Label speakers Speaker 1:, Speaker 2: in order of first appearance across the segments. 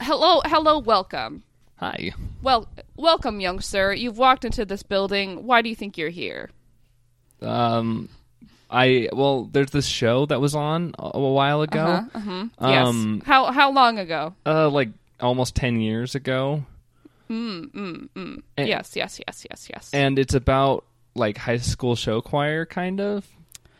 Speaker 1: Hello, hello, welcome.
Speaker 2: Hi.
Speaker 1: Well, welcome, young sir. You've walked into this building. Why do you think you're here?
Speaker 2: Um, I well, there's this show that was on a, a while ago, Um,
Speaker 1: Uh-huh, yes. How how long ago?
Speaker 2: uh, like almost ten years ago, and-
Speaker 1: yes, yes, yes, yes, yes.
Speaker 2: and it's about like high school show choir, kind of.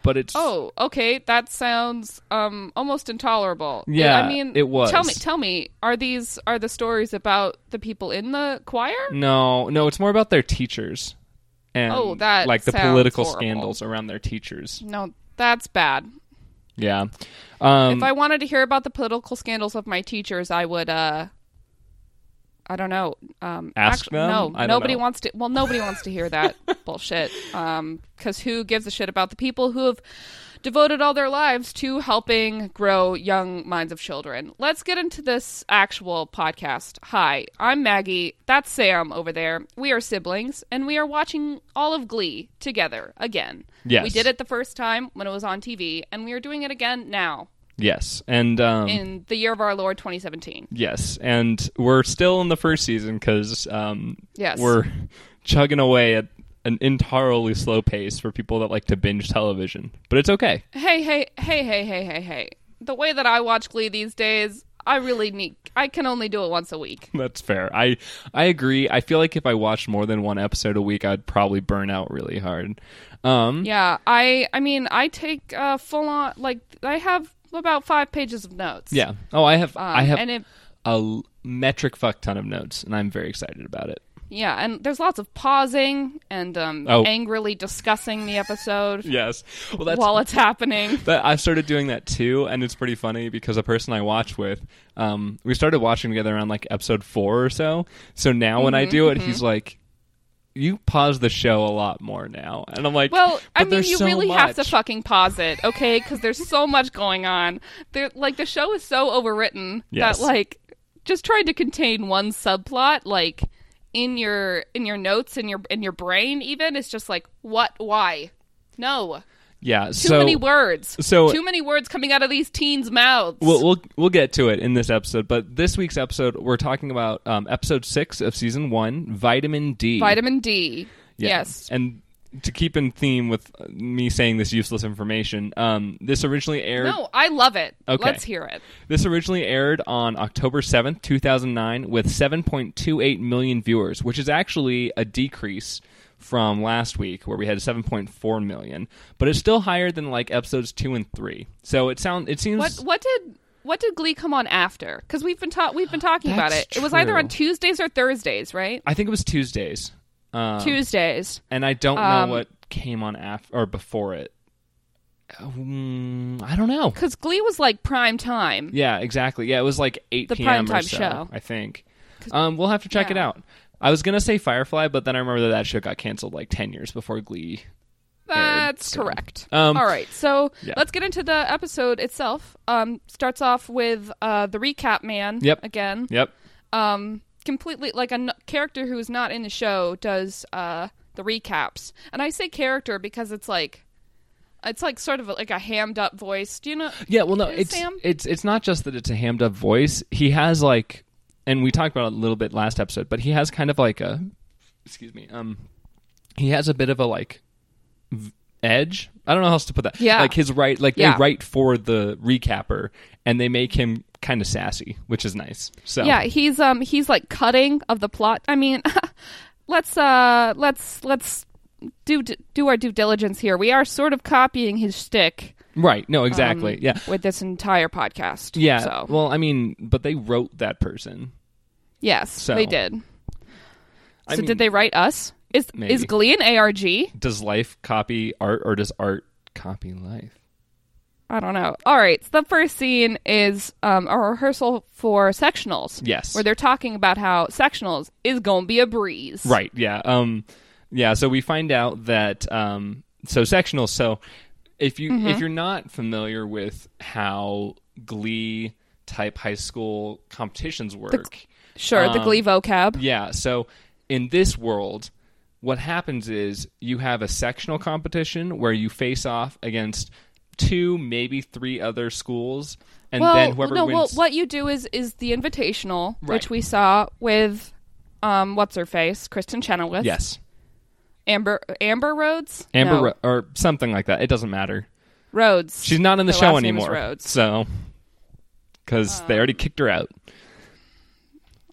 Speaker 2: But it's
Speaker 1: oh, okay. That sounds um almost intolerable.
Speaker 2: Yeah,
Speaker 1: I mean,
Speaker 2: it was.
Speaker 1: Tell me, tell me, are these are the stories about the people in the choir?
Speaker 2: no, no, it's more about their teachers and
Speaker 1: Oh, that
Speaker 2: like the
Speaker 1: sounds
Speaker 2: political
Speaker 1: horrible.
Speaker 2: scandals around their teachers.
Speaker 1: No, that's bad.
Speaker 2: Yeah. Um,
Speaker 1: if I wanted to hear about the political scandals of my teachers, I would uh I don't know. Um
Speaker 2: Ask
Speaker 1: actu-
Speaker 2: them?
Speaker 1: No,
Speaker 2: I don't
Speaker 1: nobody
Speaker 2: know.
Speaker 1: wants to well nobody wants to hear that bullshit. Um cuz who gives a shit about the people who have devoted all their lives to helping grow young minds of children. Let's get into this actual podcast. Hi, I'm Maggie. That's Sam over there. We are siblings and we are watching all of Glee together again.
Speaker 2: Yes.
Speaker 1: We did it the first time when it was on TV and we are doing it again now
Speaker 2: yes, and um,
Speaker 1: in the year of our Lord 2017.
Speaker 2: Yes, and we're still in the first season because um,
Speaker 1: Yes.
Speaker 2: we're chugging away at an entirely slow pace for people that like to binge television. But it's okay.
Speaker 1: Hey, hey, hey, hey, hey, hey, hey. The way that I watch Glee these days, I really need. I can only do it once a week.
Speaker 2: That's fair. I I agree. I feel like if I watched more than one episode a week, I'd probably burn out really hard. Um,
Speaker 1: Yeah, I. I mean, I take uh, full on. Like, I have about five pages of notes. Um,
Speaker 2: yeah. Oh, I have I have
Speaker 1: and it.
Speaker 2: a l- metric fuck ton of notes, and I'm very excited about it.
Speaker 1: Yeah, and there's lots of pausing and um,
Speaker 2: Oh.
Speaker 1: angrily discussing the episode
Speaker 2: Yes. Well, that's
Speaker 1: while it's happening.
Speaker 2: But I started doing that too, and it's pretty funny because the person I watch with, um, we started watching together around like episode four or so. So now when
Speaker 1: Mm-hmm,
Speaker 2: I do it, he's like, "You pause the show a lot more now," and I'm like,
Speaker 1: Well,
Speaker 2: but
Speaker 1: I mean,
Speaker 2: there's
Speaker 1: you
Speaker 2: so
Speaker 1: really have to
Speaker 2: much."
Speaker 1: fucking pause it, okay? Because there's so much going on. There, like the show is so overwritten
Speaker 2: Yes.
Speaker 1: that like just trying to contain one subplot, like in your in your notes in your in your brain, even is just like what, why, no,
Speaker 2: Yeah,
Speaker 1: too
Speaker 2: so
Speaker 1: many words,
Speaker 2: so-
Speaker 1: too many words coming out of these teens' mouths.
Speaker 2: We'll, we'll we'll get to it in this episode, but this week's episode we're talking about um, episode six of season one, vitamin D.
Speaker 1: Vitamin D.
Speaker 2: Yeah.
Speaker 1: Yes.
Speaker 2: and. To keep in theme with uh, me saying this useless information, um, this originally aired.
Speaker 1: No, I love it.
Speaker 2: Okay.
Speaker 1: Let's hear it.
Speaker 2: This originally aired on October 7th, 2009, with 7.28 million viewers, which is actually a decrease from last week where we had 7.4 million, but it's still higher than like episodes 2 and 3. So it sound it seems
Speaker 1: What what did what did Glee come on after? Because we've been ta- we've been talking about
Speaker 2: That's
Speaker 1: it. It was either on
Speaker 2: true.
Speaker 1: Tuesdays or Thursdays, right?
Speaker 2: I think it was Tuesdays. Um,
Speaker 1: Tuesdays.
Speaker 2: and I don't
Speaker 1: um,
Speaker 2: know what came on after or before it. Um, I don't know.
Speaker 1: Because Glee was like prime time.
Speaker 2: Yeah, exactly. Yeah, it was like 8
Speaker 1: The
Speaker 2: p.m. or
Speaker 1: primetime
Speaker 2: so,
Speaker 1: show.
Speaker 2: I think. Um, we'll have to check it
Speaker 1: yeah.
Speaker 2: out. I was gonna say Firefly, but then I remember that that show got canceled like ten years before Glee.
Speaker 1: That's
Speaker 2: so-
Speaker 1: correct.
Speaker 2: Um,
Speaker 1: All right, so
Speaker 2: yeah.
Speaker 1: let's get into the episode itself. Um, starts off with uh, the recap man.
Speaker 2: Yep.
Speaker 1: Again,
Speaker 2: Yep.
Speaker 1: um, completely like a n- character who is not in the show does uh, the recaps, and I say character because it's like, it's like sort of like a hammed up voice. Do you know?
Speaker 2: Yeah. Well, no,
Speaker 1: Is
Speaker 2: it's
Speaker 1: Sam-
Speaker 2: it's it's not just that it's a hammed up voice. He has like, and we talked about it a little bit last episode, but he has kind of like a, excuse me, um, he has a bit of a like v- edge. I don't know how else to put that.
Speaker 1: Yeah.
Speaker 2: Like his right, like
Speaker 1: Yeah.
Speaker 2: they write for the recapper, and they make him kind of sassy, which is nice. So
Speaker 1: Yeah, he's um he's like cutting of the plot. I mean, let's uh let's let's do do our due diligence here. We are sort of copying his shtick.
Speaker 2: Right. No,
Speaker 1: um,
Speaker 2: exactly. yeah.
Speaker 1: with this entire podcast.
Speaker 2: Yeah.
Speaker 1: So
Speaker 2: Well, I mean, but they wrote that person.
Speaker 1: yes,
Speaker 2: so,
Speaker 1: they did. So
Speaker 2: I mean,
Speaker 1: did they write us? Is
Speaker 2: Maybe.
Speaker 1: is Glee an ARG?
Speaker 2: Does life copy art, or does art copy life?
Speaker 1: I don't know. All right. So the first scene is um, a rehearsal for sectionals.
Speaker 2: Yes.
Speaker 1: Where they're talking about how sectionals is gonna be a breeze.
Speaker 2: Right. Yeah. Um. Yeah. So we find out that um. So sectional.
Speaker 1: Mm-hmm.
Speaker 2: So if you if you're not familiar with how Glee type high school competitions work.
Speaker 1: Sure, the
Speaker 2: Um,
Speaker 1: Glee vocab.
Speaker 2: Yeah. So in this world, what happens is you have a sectional competition where you face off against two, maybe three other schools, and
Speaker 1: well,
Speaker 2: then whoever
Speaker 1: no,
Speaker 2: wins.
Speaker 1: well, what you do is is the invitational,
Speaker 2: Right.
Speaker 1: which we saw with um, what's her face, Kristen Chenoweth.
Speaker 2: Yes,
Speaker 1: Amber Amber Rhodes.
Speaker 2: Amber
Speaker 1: No,
Speaker 2: Ro- or something like that. It doesn't matter.
Speaker 1: Rhodes.
Speaker 2: She's not in the
Speaker 1: Her
Speaker 2: show
Speaker 1: last name is
Speaker 2: anymore.
Speaker 1: Rhodes. Um,
Speaker 2: So, because they already kicked her out.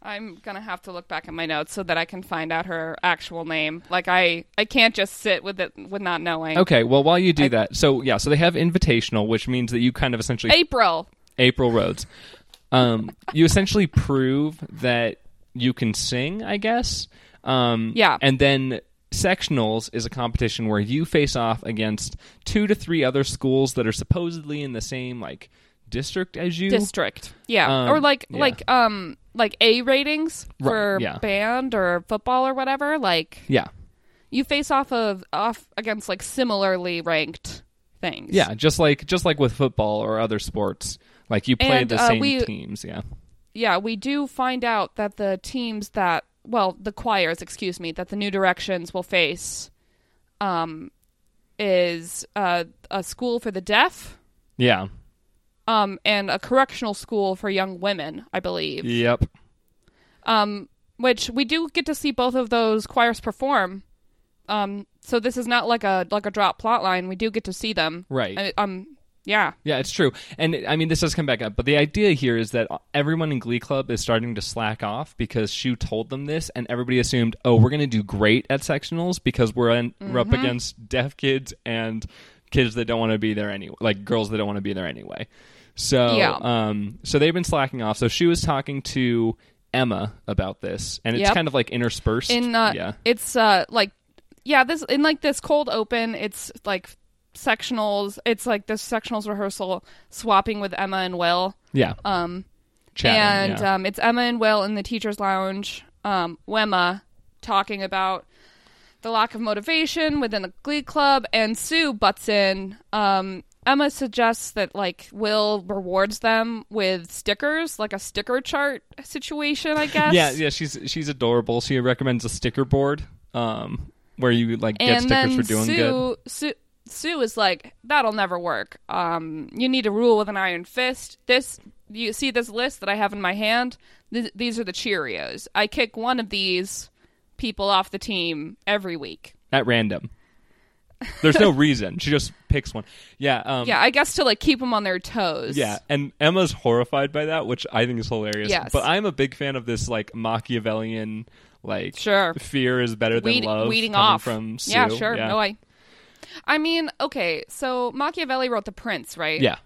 Speaker 1: I'm gonna have to look back at my notes so that I can find out her actual name. Like I, I can't just sit with it with not knowing.
Speaker 2: Okay. Well, while you do that, so yeah, so they have invitational, which means that you kind of essentially
Speaker 1: April.
Speaker 2: April Rhodes. Um, you essentially prove that you can sing, I guess. Um,
Speaker 1: Yeah.
Speaker 2: And then sectionals is a competition where you face off against two to three other schools that are supposedly in the same like district as you.
Speaker 1: district. Yeah,
Speaker 2: Um,
Speaker 1: or like
Speaker 2: yeah.
Speaker 1: like um like A ratings
Speaker 2: Right,
Speaker 1: for
Speaker 2: yeah.
Speaker 1: band or football or whatever. Like
Speaker 2: yeah.
Speaker 1: you face off of off against like similarly ranked things.
Speaker 2: Yeah. Just like just like with football or other sports, like you play
Speaker 1: And,
Speaker 2: the
Speaker 1: uh,
Speaker 2: same
Speaker 1: we-
Speaker 2: teams. Yeah.
Speaker 1: yeah, we do find out that the teams that well, the choirs, excuse me, that the New Directions will face, um, is uh, a school for the deaf,
Speaker 2: Yeah.
Speaker 1: um, and a correctional school for young women, I believe.
Speaker 2: Yep.
Speaker 1: um, which we do get to see both of those choirs perform. Um, so this is not like a like a drop plot line. We do get to see them.
Speaker 2: Right.
Speaker 1: I- um. Yeah.
Speaker 2: Yeah, it's true. And I mean, this does come back up, but the idea here is that everyone in Glee Club is starting to slack off because Shu told them this, and everybody assumed, oh, we're going to do great at sectionals because we're, in, we're up
Speaker 1: Mm-hmm.
Speaker 2: against deaf kids and kids that don't want to be there anyway, like girls that don't want to be there anyway. So,
Speaker 1: Yeah.
Speaker 2: um, so they've been slacking off. So Shu is talking to Emma about this, and it's
Speaker 1: Yep.
Speaker 2: kind of like interspersed.
Speaker 1: In uh,
Speaker 2: yeah,
Speaker 1: it's uh like, yeah, this in like this cold open. It's like sectionals. It's like this sectionals rehearsal swapping with Emma and Will.
Speaker 2: yeah,
Speaker 1: Um.
Speaker 2: chatting,
Speaker 1: and
Speaker 2: yeah.
Speaker 1: um, it's Emma and Will in the teachers' lounge. Um, Wemma talking about the lack of motivation within the Glee Club, and Sue butts in. Um, Emma suggests that like Will rewards them with stickers, like a sticker chart situation, I guess.
Speaker 2: yeah, yeah. She's she's adorable. She recommends a sticker board, um, where you like get
Speaker 1: And
Speaker 2: stickers
Speaker 1: then
Speaker 2: for doing
Speaker 1: Sue,
Speaker 2: good.
Speaker 1: Sue, Sue is like, "That'll never work. Um, you need to rule with an iron fist." This, you see this list that I have in my hand. Th- these are the Cheerios. I kick one of these people off the team every week.
Speaker 2: at random. There's no reason. She just picks one. Yeah. Um,
Speaker 1: Yeah, I guess to like keep them on their toes.
Speaker 2: Yeah. And Emma's horrified by that, which I think is hilarious.
Speaker 1: Yes.
Speaker 2: But I'm a big fan of this like Machiavellian, like
Speaker 1: Sure.
Speaker 2: fear is better than
Speaker 1: Weed-
Speaker 2: love.
Speaker 1: weeding
Speaker 2: coming
Speaker 1: off
Speaker 2: from Sue.
Speaker 1: Yeah, sure.
Speaker 2: Yeah.
Speaker 1: No, I. I mean, okay, so Machiavelli wrote The Prince, right?
Speaker 2: yeah.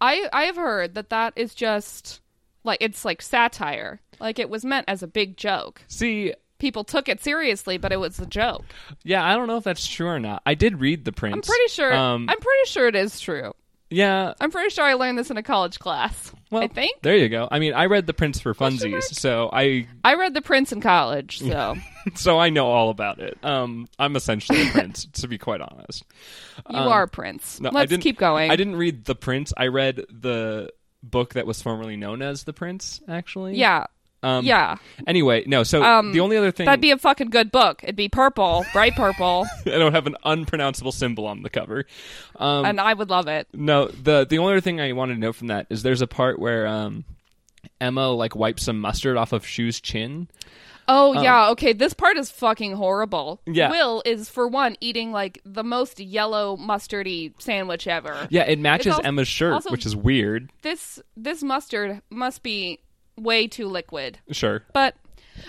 Speaker 1: I I have heard that that is just like it's like satire. Like it was meant as a big joke.
Speaker 2: See.
Speaker 1: people took it seriously, but it was a joke.
Speaker 2: Yeah, I don't know if that's true or not. I did read The Prince.
Speaker 1: I'm pretty sure.
Speaker 2: Um,
Speaker 1: I'm pretty sure it is true.
Speaker 2: yeah,
Speaker 1: I'm pretty sure I learned this in a college class.
Speaker 2: well,
Speaker 1: I think
Speaker 2: there you go. I mean, I read The Prince for funsies, so I
Speaker 1: I read The Prince in college, so
Speaker 2: so I know all about it. Um, I'm essentially a prince, to be quite honest.
Speaker 1: you are Prince.
Speaker 2: Um, No, I
Speaker 1: Let's
Speaker 2: didn't,
Speaker 1: keep going.
Speaker 2: I didn't read The Prince. I read the book that was formerly known as The Prince, actually.
Speaker 1: Yeah,
Speaker 2: Um,
Speaker 1: yeah.
Speaker 2: Anyway, no, so
Speaker 1: Um,
Speaker 2: the only other thing
Speaker 1: That'd be a fucking good book. It'd be purple, bright purple,
Speaker 2: I don't have an unpronounceable symbol on the cover. Um,
Speaker 1: and I would love it.
Speaker 2: no, the the only other thing I wanted to know from that is there's a part where um, Emma like wipes some mustard off of Shu's chin.
Speaker 1: Oh yeah, okay. This part is fucking horrible.
Speaker 2: um, Yeah.
Speaker 1: Will is for one eating like the most yellow mustardy sandwich ever.
Speaker 2: Yeah, it matches
Speaker 1: also-
Speaker 2: Emma's shirt,
Speaker 1: also-
Speaker 2: which is weird.
Speaker 1: This this mustard must be way too liquid.
Speaker 2: Sure.
Speaker 1: But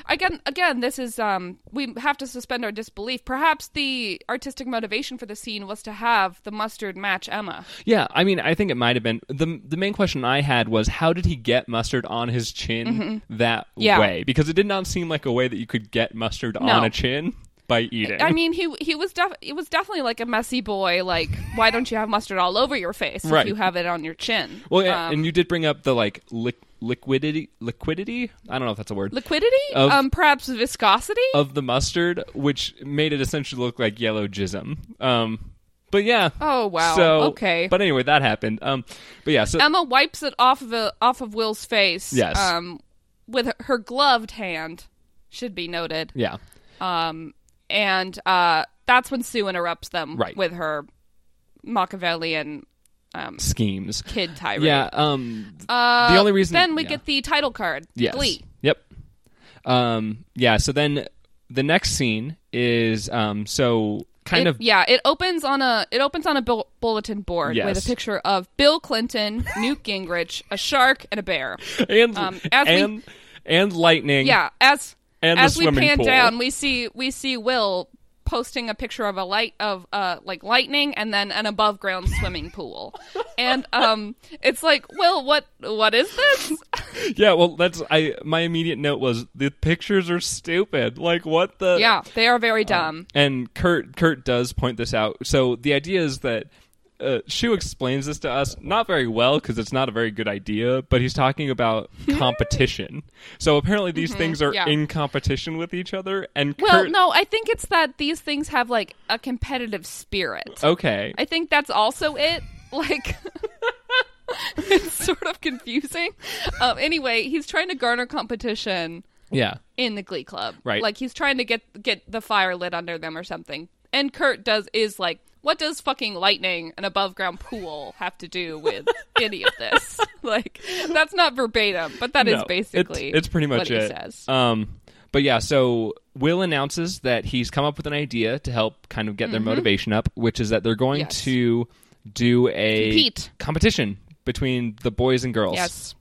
Speaker 1: again, again, this is um, we have to suspend our disbelief. Perhaps the artistic motivation for the scene was to have the mustard match Emma.
Speaker 2: Yeah, I mean, I think it might have been the the main question I had was how did he get mustard on his chin that
Speaker 1: Mm-hmm. Yeah.
Speaker 2: way? Because it did not seem like a way that you could get mustard
Speaker 1: No.
Speaker 2: on a chin by eating.
Speaker 1: I mean, he he was def- it was definitely like a messy boy. Like, why don't you have mustard all over your face
Speaker 2: Right.
Speaker 1: if you have it on your chin?
Speaker 2: well, yeah,
Speaker 1: Um,
Speaker 2: and you did bring up the like liq liquidity, liquidity. I don't know if that's a word
Speaker 1: liquidity,
Speaker 2: Of-
Speaker 1: um, perhaps viscosity.
Speaker 2: of the mustard, which made it essentially look like yellow jism. Um, But yeah.
Speaker 1: Oh, wow.
Speaker 2: So,
Speaker 1: Okay.
Speaker 2: But anyway, that happened. Um, but yeah. So
Speaker 1: Emma wipes it off of a, off of Will's face.
Speaker 2: Yes.
Speaker 1: Um, with her, her gloved hand, should be noted.
Speaker 2: yeah,
Speaker 1: And uh, that's when Sue interrupts them
Speaker 2: Right.
Speaker 1: with her Machiavellian
Speaker 2: schemes.
Speaker 1: kid tirade.
Speaker 2: Yeah. Um.
Speaker 1: um, Uh,
Speaker 2: the only reason.
Speaker 1: Then we
Speaker 2: yeah.
Speaker 1: get the title card.
Speaker 2: Yes.
Speaker 1: Glee.
Speaker 2: Yep. Um. Yeah. So then the next scene is um. So kind
Speaker 1: It-
Speaker 2: of
Speaker 1: yeah. It opens on a it opens on a bull- bulletin board with
Speaker 2: Yes.
Speaker 1: a picture of Bill Clinton, Newt Gingrich, a shark, and a bear.
Speaker 2: and
Speaker 1: um, as we-
Speaker 2: and and lightning.
Speaker 1: Yeah, as
Speaker 2: And the
Speaker 1: as we
Speaker 2: swimming
Speaker 1: pan
Speaker 2: pool.
Speaker 1: down, we see we see Will posting a picture of a light of uh like lightning and then an above ground swimming pool. And um it's like, "Will, what what is this?"
Speaker 2: Yeah. Well, that's I. My immediate note was the pictures are stupid. Like what the
Speaker 1: yeah, they are very dumb.
Speaker 2: And Kurt Kurt does point this out. So the idea is that uh, Shu explains this to us not very well because it's not a very good idea. But he's talking about competition. so apparently these things are
Speaker 1: Mm-hmm. yeah.
Speaker 2: in competition with each other. And
Speaker 1: well,
Speaker 2: Kurt,
Speaker 1: no, I think it's that these things have like a competitive spirit.
Speaker 2: okay,
Speaker 1: I think that's also it. Like, it's sort of confusing. Um, anyway, he's trying to garner competition
Speaker 2: yeah,
Speaker 1: in the Glee Club.
Speaker 2: Right.
Speaker 1: Like he's trying to get get the fire lit under them or something. And Kurt does is like, what does fucking lightning and above ground pool have to do with any of this? Like that's not verbatim, but that is
Speaker 2: No, it-
Speaker 1: basically
Speaker 2: it's pretty much
Speaker 1: what
Speaker 2: it.
Speaker 1: he says.
Speaker 2: Um, but yeah, so Will announces that he's come up with an idea to help kind of get their motivation up, which is that they're going
Speaker 1: Mm-hmm. Yes.
Speaker 2: to do a
Speaker 1: Compete.
Speaker 2: competition between the boys and girls.
Speaker 1: Yes.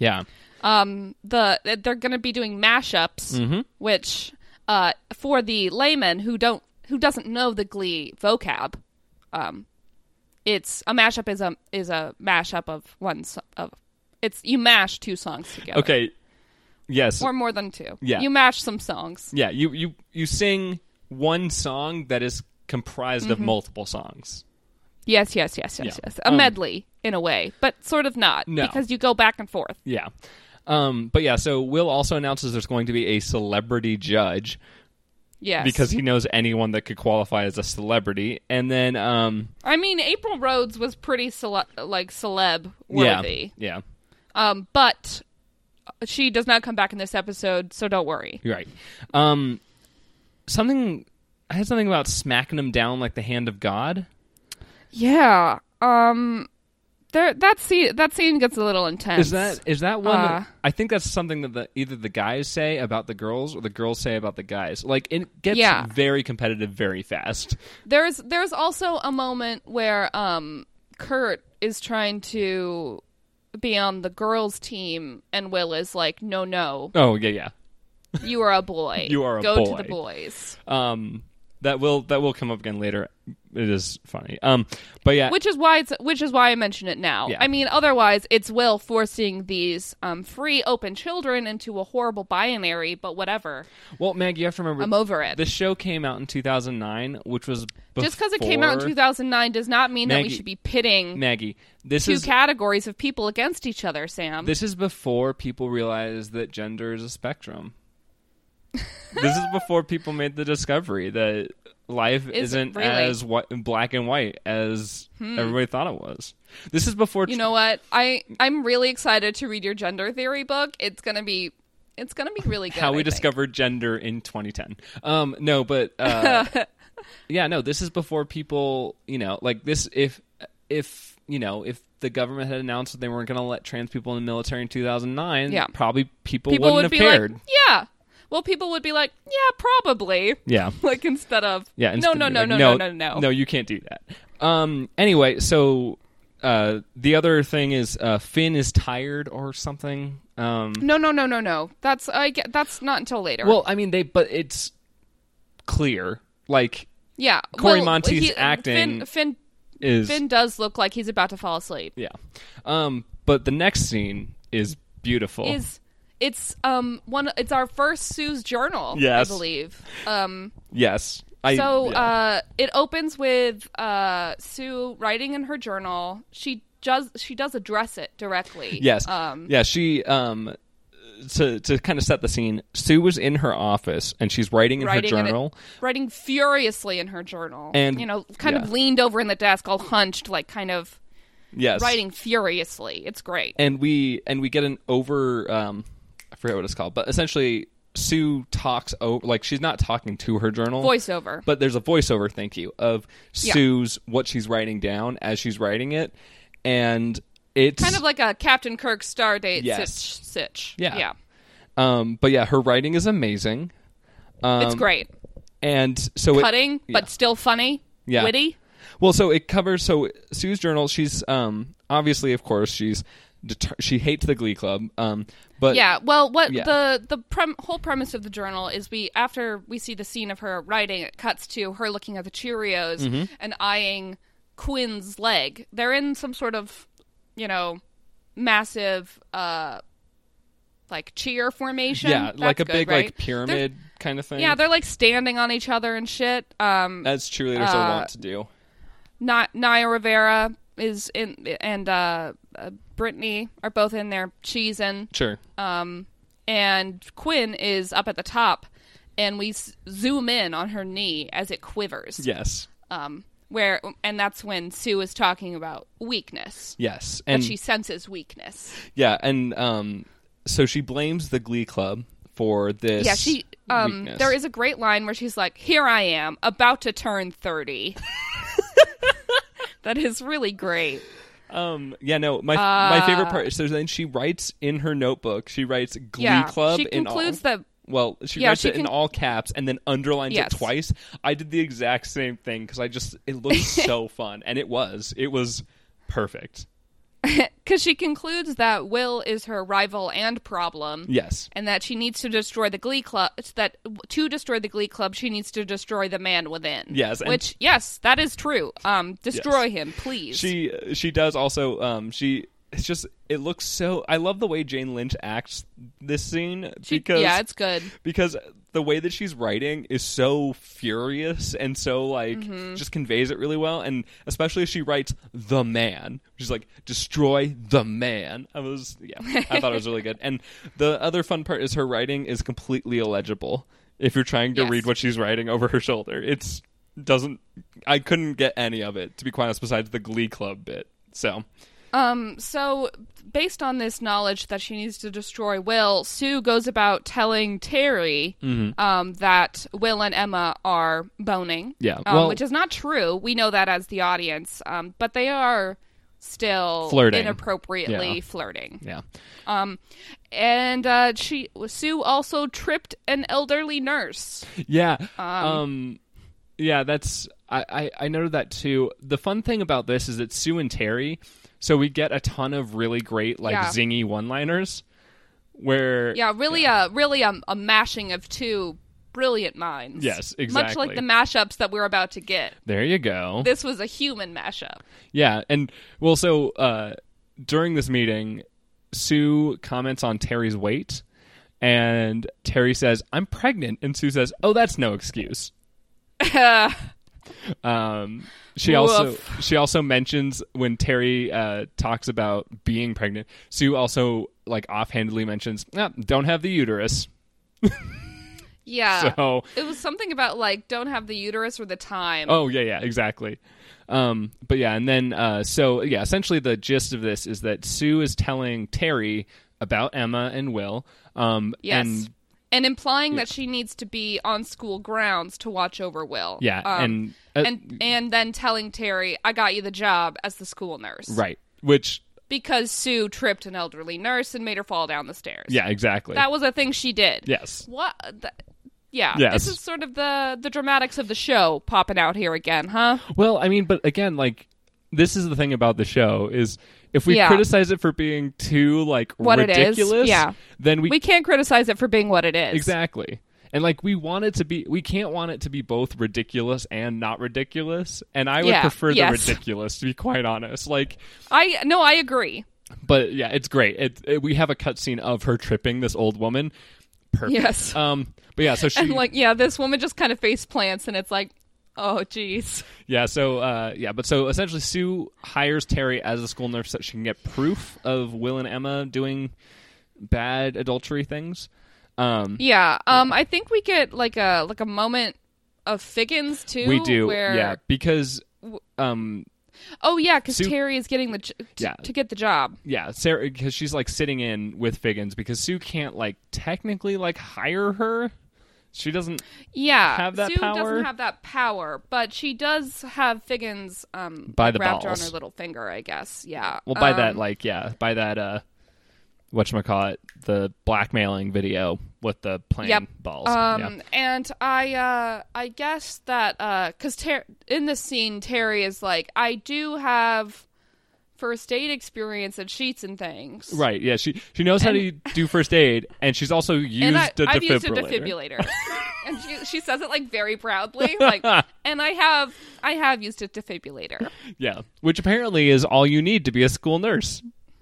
Speaker 2: Yeah.
Speaker 1: um the they're going to be doing mashups
Speaker 2: Mm-hmm.
Speaker 1: which uh for the layman who don't who doesn't know the glee vocab um it's a mashup is a is a mashup of one so- of it's you mash two songs together
Speaker 2: Okay. Yes.
Speaker 1: or more than two
Speaker 2: Yeah.
Speaker 1: you mash some songs
Speaker 2: yeah. You you you sing one song that is comprised
Speaker 1: Mm-hmm.
Speaker 2: of multiple songs.
Speaker 1: yes yes yes yes
Speaker 2: Yeah.
Speaker 1: yes a
Speaker 2: Um,
Speaker 1: medley in a way but sort of not
Speaker 2: No.
Speaker 1: because you go back and forth
Speaker 2: Yeah. Um, but yeah, so Will also announces there's going to be a celebrity judge
Speaker 1: yes
Speaker 2: because he knows anyone that could qualify as a celebrity. And then um,
Speaker 1: i mean april rhodes was pretty cele- like celeb worthy
Speaker 2: Yeah, yeah,
Speaker 1: Um, but uh, she does not come back in this episode, so don't worry.
Speaker 2: you're right. Um, something I had something about smacking him down like the hand of God.
Speaker 1: Yeah. Um. There. That scene. That scene gets a little intense.
Speaker 2: Is that is that one?
Speaker 1: Uh.
Speaker 2: I think that's something that the, either the guys say about the girls or the girls say about the guys. Like it gets
Speaker 1: Yeah.
Speaker 2: very competitive very fast.
Speaker 1: There's. There's also a moment where um Kurt is trying to be on the girls' team, and Will is like, "No, no,
Speaker 2: Oh yeah, yeah.
Speaker 1: you are a boy.
Speaker 2: You are a
Speaker 1: Go
Speaker 2: boy."
Speaker 1: to the boys."
Speaker 2: Um, that will that will come up again later. It is funny. Um, but yeah,
Speaker 1: which is why it's which is why I mention it now.
Speaker 2: Yeah.
Speaker 1: I mean, otherwise it's Will forcing these um, free open children into a horrible binary. But whatever,
Speaker 2: well, Meg, you have to remember.
Speaker 1: I'm over it.
Speaker 2: the show came out in 2009, which was
Speaker 1: Just because it came out in
Speaker 2: before-
Speaker 1: 2009 does not mean that we
Speaker 2: Maggie,
Speaker 1: should be pitting
Speaker 2: Maggie, this
Speaker 1: two
Speaker 2: is
Speaker 1: categories of people against each other, Sam.
Speaker 2: This is before people realized that gender is a spectrum. this is before people made the discovery that life
Speaker 1: it
Speaker 2: is not
Speaker 1: really? Hmm.
Speaker 2: as white, black and white as everybody thought it was. This is before
Speaker 1: you know what? I I'm really excited to read your gender theory book. It's gonna be it's gonna be really good.
Speaker 2: how
Speaker 1: I
Speaker 2: we
Speaker 1: think.
Speaker 2: discovered gender in 2010. Um, no, but uh, yeah, no, this is before people, you know, like this. If if you know, if the government had announced that they weren't going to let trans people in the military in 2009,
Speaker 1: Yeah.
Speaker 2: probably people,
Speaker 1: people would
Speaker 2: wouldn't
Speaker 1: be
Speaker 2: have cared.
Speaker 1: like, yeah. Well, people would be like, yeah, probably.
Speaker 2: yeah.
Speaker 1: Like instead of
Speaker 2: Yeah.
Speaker 1: no,
Speaker 2: instantly,
Speaker 1: no, no,
Speaker 2: like,
Speaker 1: no, no, no, no,
Speaker 2: No, you can't do that. Um. Anyway, so uh, the other thing is uh, Finn is tired or something. Um.
Speaker 1: No, no, no, no, no. That's I get, that's not until later.
Speaker 2: Well, I mean, they but it's clear like
Speaker 1: yeah,
Speaker 2: Cory
Speaker 1: well,
Speaker 2: Monteith's
Speaker 1: he-
Speaker 2: acting-
Speaker 1: Finn, Finn
Speaker 2: is
Speaker 1: Finn does look like he's about to fall asleep.
Speaker 2: yeah. Um. But the next scene is beautiful.
Speaker 1: Is it's um one it's our first Sue's journal, I
Speaker 2: Yes.
Speaker 1: believe. Um,
Speaker 2: yes. I,
Speaker 1: so
Speaker 2: yeah.
Speaker 1: uh, it opens with uh Sue writing in her journal. She does she does address it directly.
Speaker 2: yes.
Speaker 1: Um,
Speaker 2: yeah. She um. to to kind of set the scene, Sue was in her office and she's writing in
Speaker 1: Writing
Speaker 2: her
Speaker 1: in it-
Speaker 2: journal.
Speaker 1: writing furiously in her journal,
Speaker 2: And-
Speaker 1: you know, kind
Speaker 2: yeah.
Speaker 1: of leaned over in the desk, all hunched, like kind of
Speaker 2: yes,
Speaker 1: writing furiously. It's great.
Speaker 2: and we and we get an over um i forget what it's called but essentially sue talks over like she's not talking to her journal
Speaker 1: Voiceover.
Speaker 2: but there's a voiceover thank you of
Speaker 1: Yeah.
Speaker 2: sue's what she's writing down as she's writing it and it's
Speaker 1: kind of like a Captain Kirk Stardate
Speaker 2: Yes.
Speaker 1: sitch. sitch.
Speaker 2: Yeah.
Speaker 1: yeah,
Speaker 2: um but yeah her writing is amazing um
Speaker 1: it's great.
Speaker 2: and so it,
Speaker 1: Cutting, but still funny.
Speaker 2: Yeah.
Speaker 1: witty.
Speaker 2: Well, so it covers so Sue's journal. She's um obviously, of course, she's deter- she hates the Glee Club. Um, but
Speaker 1: yeah well what
Speaker 2: yeah.
Speaker 1: the the prem- whole premise of the journal is we after we see the scene of her writing it cuts to her looking at the cheerios
Speaker 2: Mm-hmm.
Speaker 1: and eyeing quinn's leg they're in some sort of you know massive uh like cheer formation
Speaker 2: yeah,
Speaker 1: That's
Speaker 2: like a
Speaker 1: good,
Speaker 2: big
Speaker 1: right?
Speaker 2: like pyramid kind of thing.
Speaker 1: They're- yeah they're like standing on each other and shit um
Speaker 2: as cheerleaders are
Speaker 1: Uh,
Speaker 2: wont to do.
Speaker 1: Ni- Naya Rivera is in and uh, uh Brittany are both in there cheesing
Speaker 2: Sure.
Speaker 1: and Quinn is up at the top, and we s- zoom in on her knee as it quivers.
Speaker 2: yes.
Speaker 1: Um, where and that's when Sue is talking about weakness.
Speaker 2: Yes. And
Speaker 1: that she senses weakness.
Speaker 2: yeah, and um, so she blames the Glee Club for this.
Speaker 1: Yeah, she. Um,
Speaker 2: weakness.
Speaker 1: there is a great line where she's like, "Here I am, about to turn 30. that is really great.
Speaker 2: Um, yeah, no. My my
Speaker 1: Uh,
Speaker 2: favorite part is so then she writes in her notebook. She writes Glee
Speaker 1: yeah,
Speaker 2: Club
Speaker 1: she
Speaker 2: in all.
Speaker 1: concludes that.
Speaker 2: Well, she
Speaker 1: Yeah,
Speaker 2: writes
Speaker 1: she
Speaker 2: it in
Speaker 1: can-
Speaker 2: all caps and then underlines
Speaker 1: Yes.
Speaker 2: it twice. I did the exact same thing because I just it looked so fun and it was it was perfect.
Speaker 1: Because she concludes that Will is her rival and problem.
Speaker 2: Yes,
Speaker 1: and that she needs to destroy the glee club it's that to destroy the glee club she needs to destroy the man within
Speaker 2: Yes, and-
Speaker 1: which yes that is true um destroy him please
Speaker 2: she uh, she does also. Um, she it's just it looks so. I love the way Jane Lynch acts this scene
Speaker 1: She-
Speaker 2: because
Speaker 1: yeah it's good
Speaker 2: because the way that she's writing is so furious and so like just conveys it really well and especially if she writes the man she's like destroy the man i was yeah i thought it was really good and the other fun part is her writing is completely illegible if you're trying to
Speaker 1: Yes.
Speaker 2: read what she's writing over her shoulder it's doesn't i couldn't get any of it to be quite honest besides the glee club bit so
Speaker 1: um so based on this knowledge that she needs to destroy will sue goes about telling terry
Speaker 2: Mm-hmm.
Speaker 1: um that will and emma are boning
Speaker 2: Yeah,
Speaker 1: um,
Speaker 2: well-
Speaker 1: which is not true we know that as the audience um but they are still
Speaker 2: Flirting.
Speaker 1: inappropriately
Speaker 2: Yeah.
Speaker 1: flirting
Speaker 2: yeah
Speaker 1: and uh, she Sue also tripped an elderly nurse.
Speaker 2: Yeah. Um, yeah, that's I, I, I noted that too. The fun thing about this is it's Sue and Terry, so we get a ton of really great like
Speaker 1: Yeah.
Speaker 2: zingy one liners where
Speaker 1: Yeah, really a really a, a mashing of two brilliant minds.
Speaker 2: Yes,
Speaker 1: Much
Speaker 2: exactly.
Speaker 1: like the mashups that we're about to get.
Speaker 2: there you go.
Speaker 1: This was a human mashup.
Speaker 2: Yeah, and well so uh during this meeting, Sue comments on Terry's weight and Terry says, I'm pregnant and Sue says, Oh, that's no excuse. Um, she also
Speaker 1: Woof.
Speaker 2: she also mentions when Terry uh, talks about being pregnant. Sue also like offhandedly mentions, "Ah, "Don't have the uterus."
Speaker 1: yeah.
Speaker 2: So,
Speaker 1: It was something about like don't have the uterus or the time.
Speaker 2: oh yeah, yeah, exactly. Um, but yeah, and then uh, so yeah, essentially the gist of this is that Sue is telling Terry about Emma and Will. Um,
Speaker 1: yes.
Speaker 2: and
Speaker 1: And, implying that she needs to be on school grounds to watch over Will.
Speaker 2: yeah,
Speaker 1: Um,
Speaker 2: and, uh,
Speaker 1: and and then telling Terry, I got you the job as the school nurse.
Speaker 2: right, which
Speaker 1: because Sue tripped an elderly nurse and made her fall down the stairs.
Speaker 2: yeah, exactly.
Speaker 1: that was a thing she did.
Speaker 2: yes,
Speaker 1: What? Th- yeah.
Speaker 2: Yes.
Speaker 1: This is sort of the the dramatics of the show popping out here again, huh?
Speaker 2: Well, I mean, but again, like this is the thing about the show is if we
Speaker 1: Yeah.
Speaker 2: criticize it for being too like
Speaker 1: What it is,
Speaker 2: ridiculous,
Speaker 1: yeah.
Speaker 2: then we,
Speaker 1: We can't criticize it for being what it is.
Speaker 2: exactly. And like we want it to be, we can't want it to be both ridiculous and not ridiculous. And I would
Speaker 1: Yeah,
Speaker 2: prefer
Speaker 1: yes.
Speaker 2: the ridiculous, to be quite honest. Like,
Speaker 1: I no, I agree.
Speaker 2: but yeah, it's great. It, it- we have a cutscene of her tripping this old woman. Perfect.
Speaker 1: Yes.
Speaker 2: Um. But yeah, so she
Speaker 1: And like, yeah, this woman just kind of face plants, and it's like, oh, jeez.
Speaker 2: Yeah, so uh, yeah, but so essentially, Sue hires Terry as a school nurse so she can get proof of Will and Emma doing bad adultery things. Um,
Speaker 1: Yeah. Um, I think we get like a like a moment of Figgins too.
Speaker 2: we do,
Speaker 1: Where,
Speaker 2: yeah, because um,
Speaker 1: Oh yeah, because
Speaker 2: Sue-
Speaker 1: Terry is getting the j- t-
Speaker 2: Yeah.
Speaker 1: to get the job.
Speaker 2: yeah, Sarah because she's like sitting in with Figgins because Sue can't like technically like hire her. She doesn't.
Speaker 1: Yeah,
Speaker 2: have that
Speaker 1: Sue
Speaker 2: power?
Speaker 1: doesn't have that power, but she does have Figgins um,
Speaker 2: By
Speaker 1: like,
Speaker 2: the
Speaker 1: wrapped
Speaker 2: balls.
Speaker 1: around her little finger. I guess. Yeah.
Speaker 2: Well, by that
Speaker 1: Um,
Speaker 2: like yeah, by that uh, what call it the blackmailing video with the plane
Speaker 1: Yep.
Speaker 2: balls.
Speaker 1: Um,
Speaker 2: yeah.
Speaker 1: and I, uh, I guess that, uh, cause Ter- in this scene, Terry is like, I do have first aid experience and sheets and things.
Speaker 2: Right. Yeah. She she knows how to do first aid, and she's also used
Speaker 1: And
Speaker 2: a
Speaker 1: I, I've
Speaker 2: defibrillator.
Speaker 1: used a defibrillator. and she, she says it like very proudly, like, and I have, I have used a defibrillator.
Speaker 2: Yeah, which apparently is all you need to be a school nurse.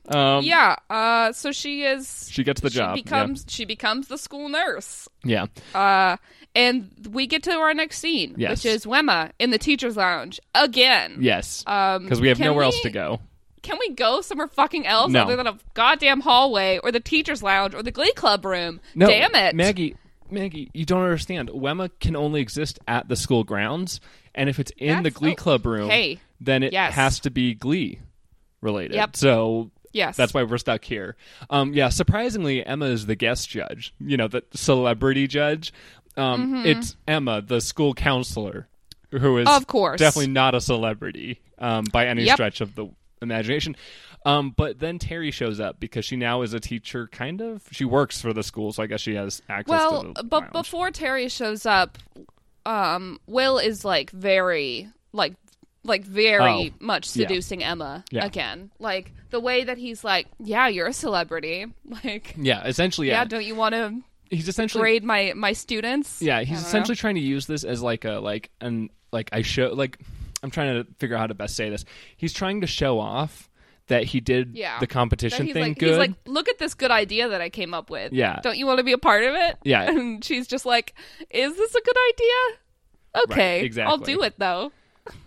Speaker 2: Um,
Speaker 1: Yeah. Uh, so she is,
Speaker 2: She gets the
Speaker 1: she
Speaker 2: job. yeah.
Speaker 1: becomes, she becomes the school nurse.
Speaker 2: yeah.
Speaker 1: Uh, and we get to our next scene,
Speaker 2: Yes.
Speaker 1: which is Wemma in the teacher's lounge again.
Speaker 2: Yes.
Speaker 1: Um,
Speaker 2: Because we have
Speaker 1: can
Speaker 2: nowhere
Speaker 1: we-
Speaker 2: else to go.
Speaker 1: Can we go somewhere fucking else
Speaker 2: No.
Speaker 1: other than a goddamn hallway or the teacher's lounge or the glee club room?
Speaker 2: No,
Speaker 1: Damn it.
Speaker 2: Maggie. Maggie, you don't understand. WEMA can only exist at the school grounds, and if it's in the
Speaker 1: That's-
Speaker 2: Glee
Speaker 1: oh,
Speaker 2: Club room,
Speaker 1: hey,
Speaker 2: then it
Speaker 1: yes.
Speaker 2: has to be Glee related.
Speaker 1: Yep.
Speaker 2: So
Speaker 1: Yes.
Speaker 2: that's why we're stuck here. Um, yeah, surprisingly, Emma is the guest judge. You know, the celebrity judge. Um, It's Emma, the school counselor, who is
Speaker 1: Mm-hmm. Of course.
Speaker 2: definitely not a celebrity um, by any
Speaker 1: Yep.
Speaker 2: stretch of the imagination. Um, but then Terry shows up because she now is a teacher, kind of. She works for the school, so I guess she has access.
Speaker 1: Well,
Speaker 2: to the
Speaker 1: but
Speaker 2: lounge.
Speaker 1: before Terry shows up, um, Will is like very, like, like very
Speaker 2: Oh,
Speaker 1: much
Speaker 2: yeah.
Speaker 1: seducing Emma
Speaker 2: Yeah.
Speaker 1: again. Like the way that he's like, "Yeah, you're a celebrity. Like, yeah,
Speaker 2: yeah, essentially, yeah,
Speaker 1: don't you want to
Speaker 2: he's essentially
Speaker 1: grade my my students?"
Speaker 2: Yeah,
Speaker 1: I
Speaker 2: he's
Speaker 1: don't know.
Speaker 2: essentially trying to use this as like a like an like I show like I'm trying to figure out how to best say this. He's trying to show off that he did
Speaker 1: Yeah.
Speaker 2: the
Speaker 1: That
Speaker 2: competition
Speaker 1: he's
Speaker 2: thing
Speaker 1: like,
Speaker 2: good.
Speaker 1: He's like, look at this good idea that I came up with.
Speaker 2: Yeah.
Speaker 1: Don't you want to be a part of it?
Speaker 2: Yeah.
Speaker 1: And she's just like, is this a good idea? Okay. I'll
Speaker 2: exactly.
Speaker 1: do it though.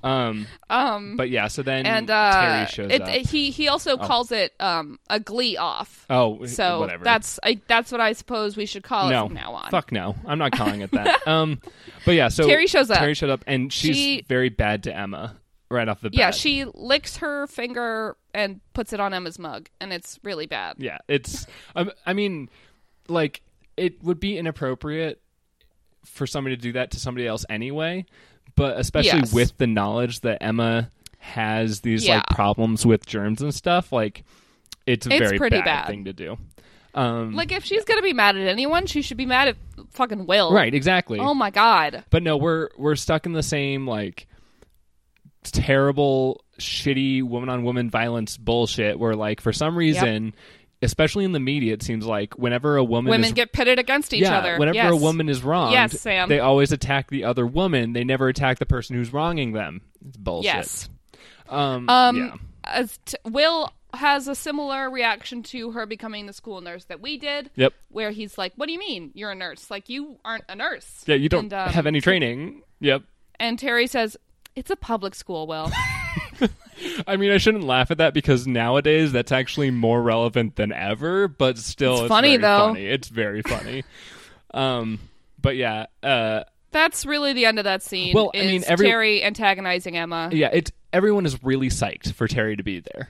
Speaker 2: um
Speaker 1: Um,
Speaker 2: but yeah, so then
Speaker 1: and uh,
Speaker 2: Mm, Terry shows
Speaker 1: it,
Speaker 2: up.
Speaker 1: he he also calls it um a glee off.
Speaker 2: oh,
Speaker 1: so
Speaker 2: whatever.
Speaker 1: that's I, that's what I suppose we should call
Speaker 2: no.
Speaker 1: it from now on.
Speaker 2: Fuck no. I'm not calling it that. um but yeah, so
Speaker 1: Terry shows up.
Speaker 2: Terry showed up and she's
Speaker 1: She-
Speaker 2: very bad to Emma right off the bat.
Speaker 1: Yeah, she licks her finger and puts it on Emma's mug, and it's really bad.
Speaker 2: Yeah, it's. um, I mean, like it would be inappropriate for somebody to do that to somebody else anyway, but especially
Speaker 1: Yes.
Speaker 2: with the knowledge that Emma has these like
Speaker 1: Yeah.
Speaker 2: problems with germs and stuff, like it's a
Speaker 1: It's
Speaker 2: very
Speaker 1: pretty
Speaker 2: bad,
Speaker 1: bad.
Speaker 2: thing to do. Um,
Speaker 1: Like if she's gonna be mad at anyone, she should be mad at fucking Will.
Speaker 2: right, exactly.
Speaker 1: Oh my god.
Speaker 2: But no, we're we're stuck in the same like terrible, shitty woman on woman violence bullshit. Where like for some reason, especially in the media, it seems like whenever a woman
Speaker 1: Women
Speaker 2: is,
Speaker 1: get pitted against each
Speaker 2: yeah,
Speaker 1: other.
Speaker 2: whenever
Speaker 1: yes.
Speaker 2: a woman is wronged,
Speaker 1: Yes, Sam.
Speaker 2: they always attack the other woman. They never attack the person who's wronging them. It's bullshit.
Speaker 1: Yes.
Speaker 2: Um.
Speaker 1: Um,
Speaker 2: yeah.
Speaker 1: as t- Will has a similar reaction to her becoming the school nurse that we did.
Speaker 2: Yep.
Speaker 1: Where he's like, "What do you mean you're a nurse? Like you aren't a nurse."
Speaker 2: Yeah. You don't
Speaker 1: And, um,
Speaker 2: have any training. Yep.
Speaker 1: And Terry says, "It's a public school, Will."
Speaker 2: I mean, I shouldn't laugh at that because nowadays that's actually more relevant than ever. But still, it's,
Speaker 1: It's funny,
Speaker 2: very
Speaker 1: though.
Speaker 2: Funny. It's very funny. um. But yeah. Uh.
Speaker 1: That's really the end of that scene.
Speaker 2: Well, I
Speaker 1: is
Speaker 2: mean, every-
Speaker 1: Terry antagonizing Emma.
Speaker 2: Yeah. It's everyone is really psyched for Terry to be there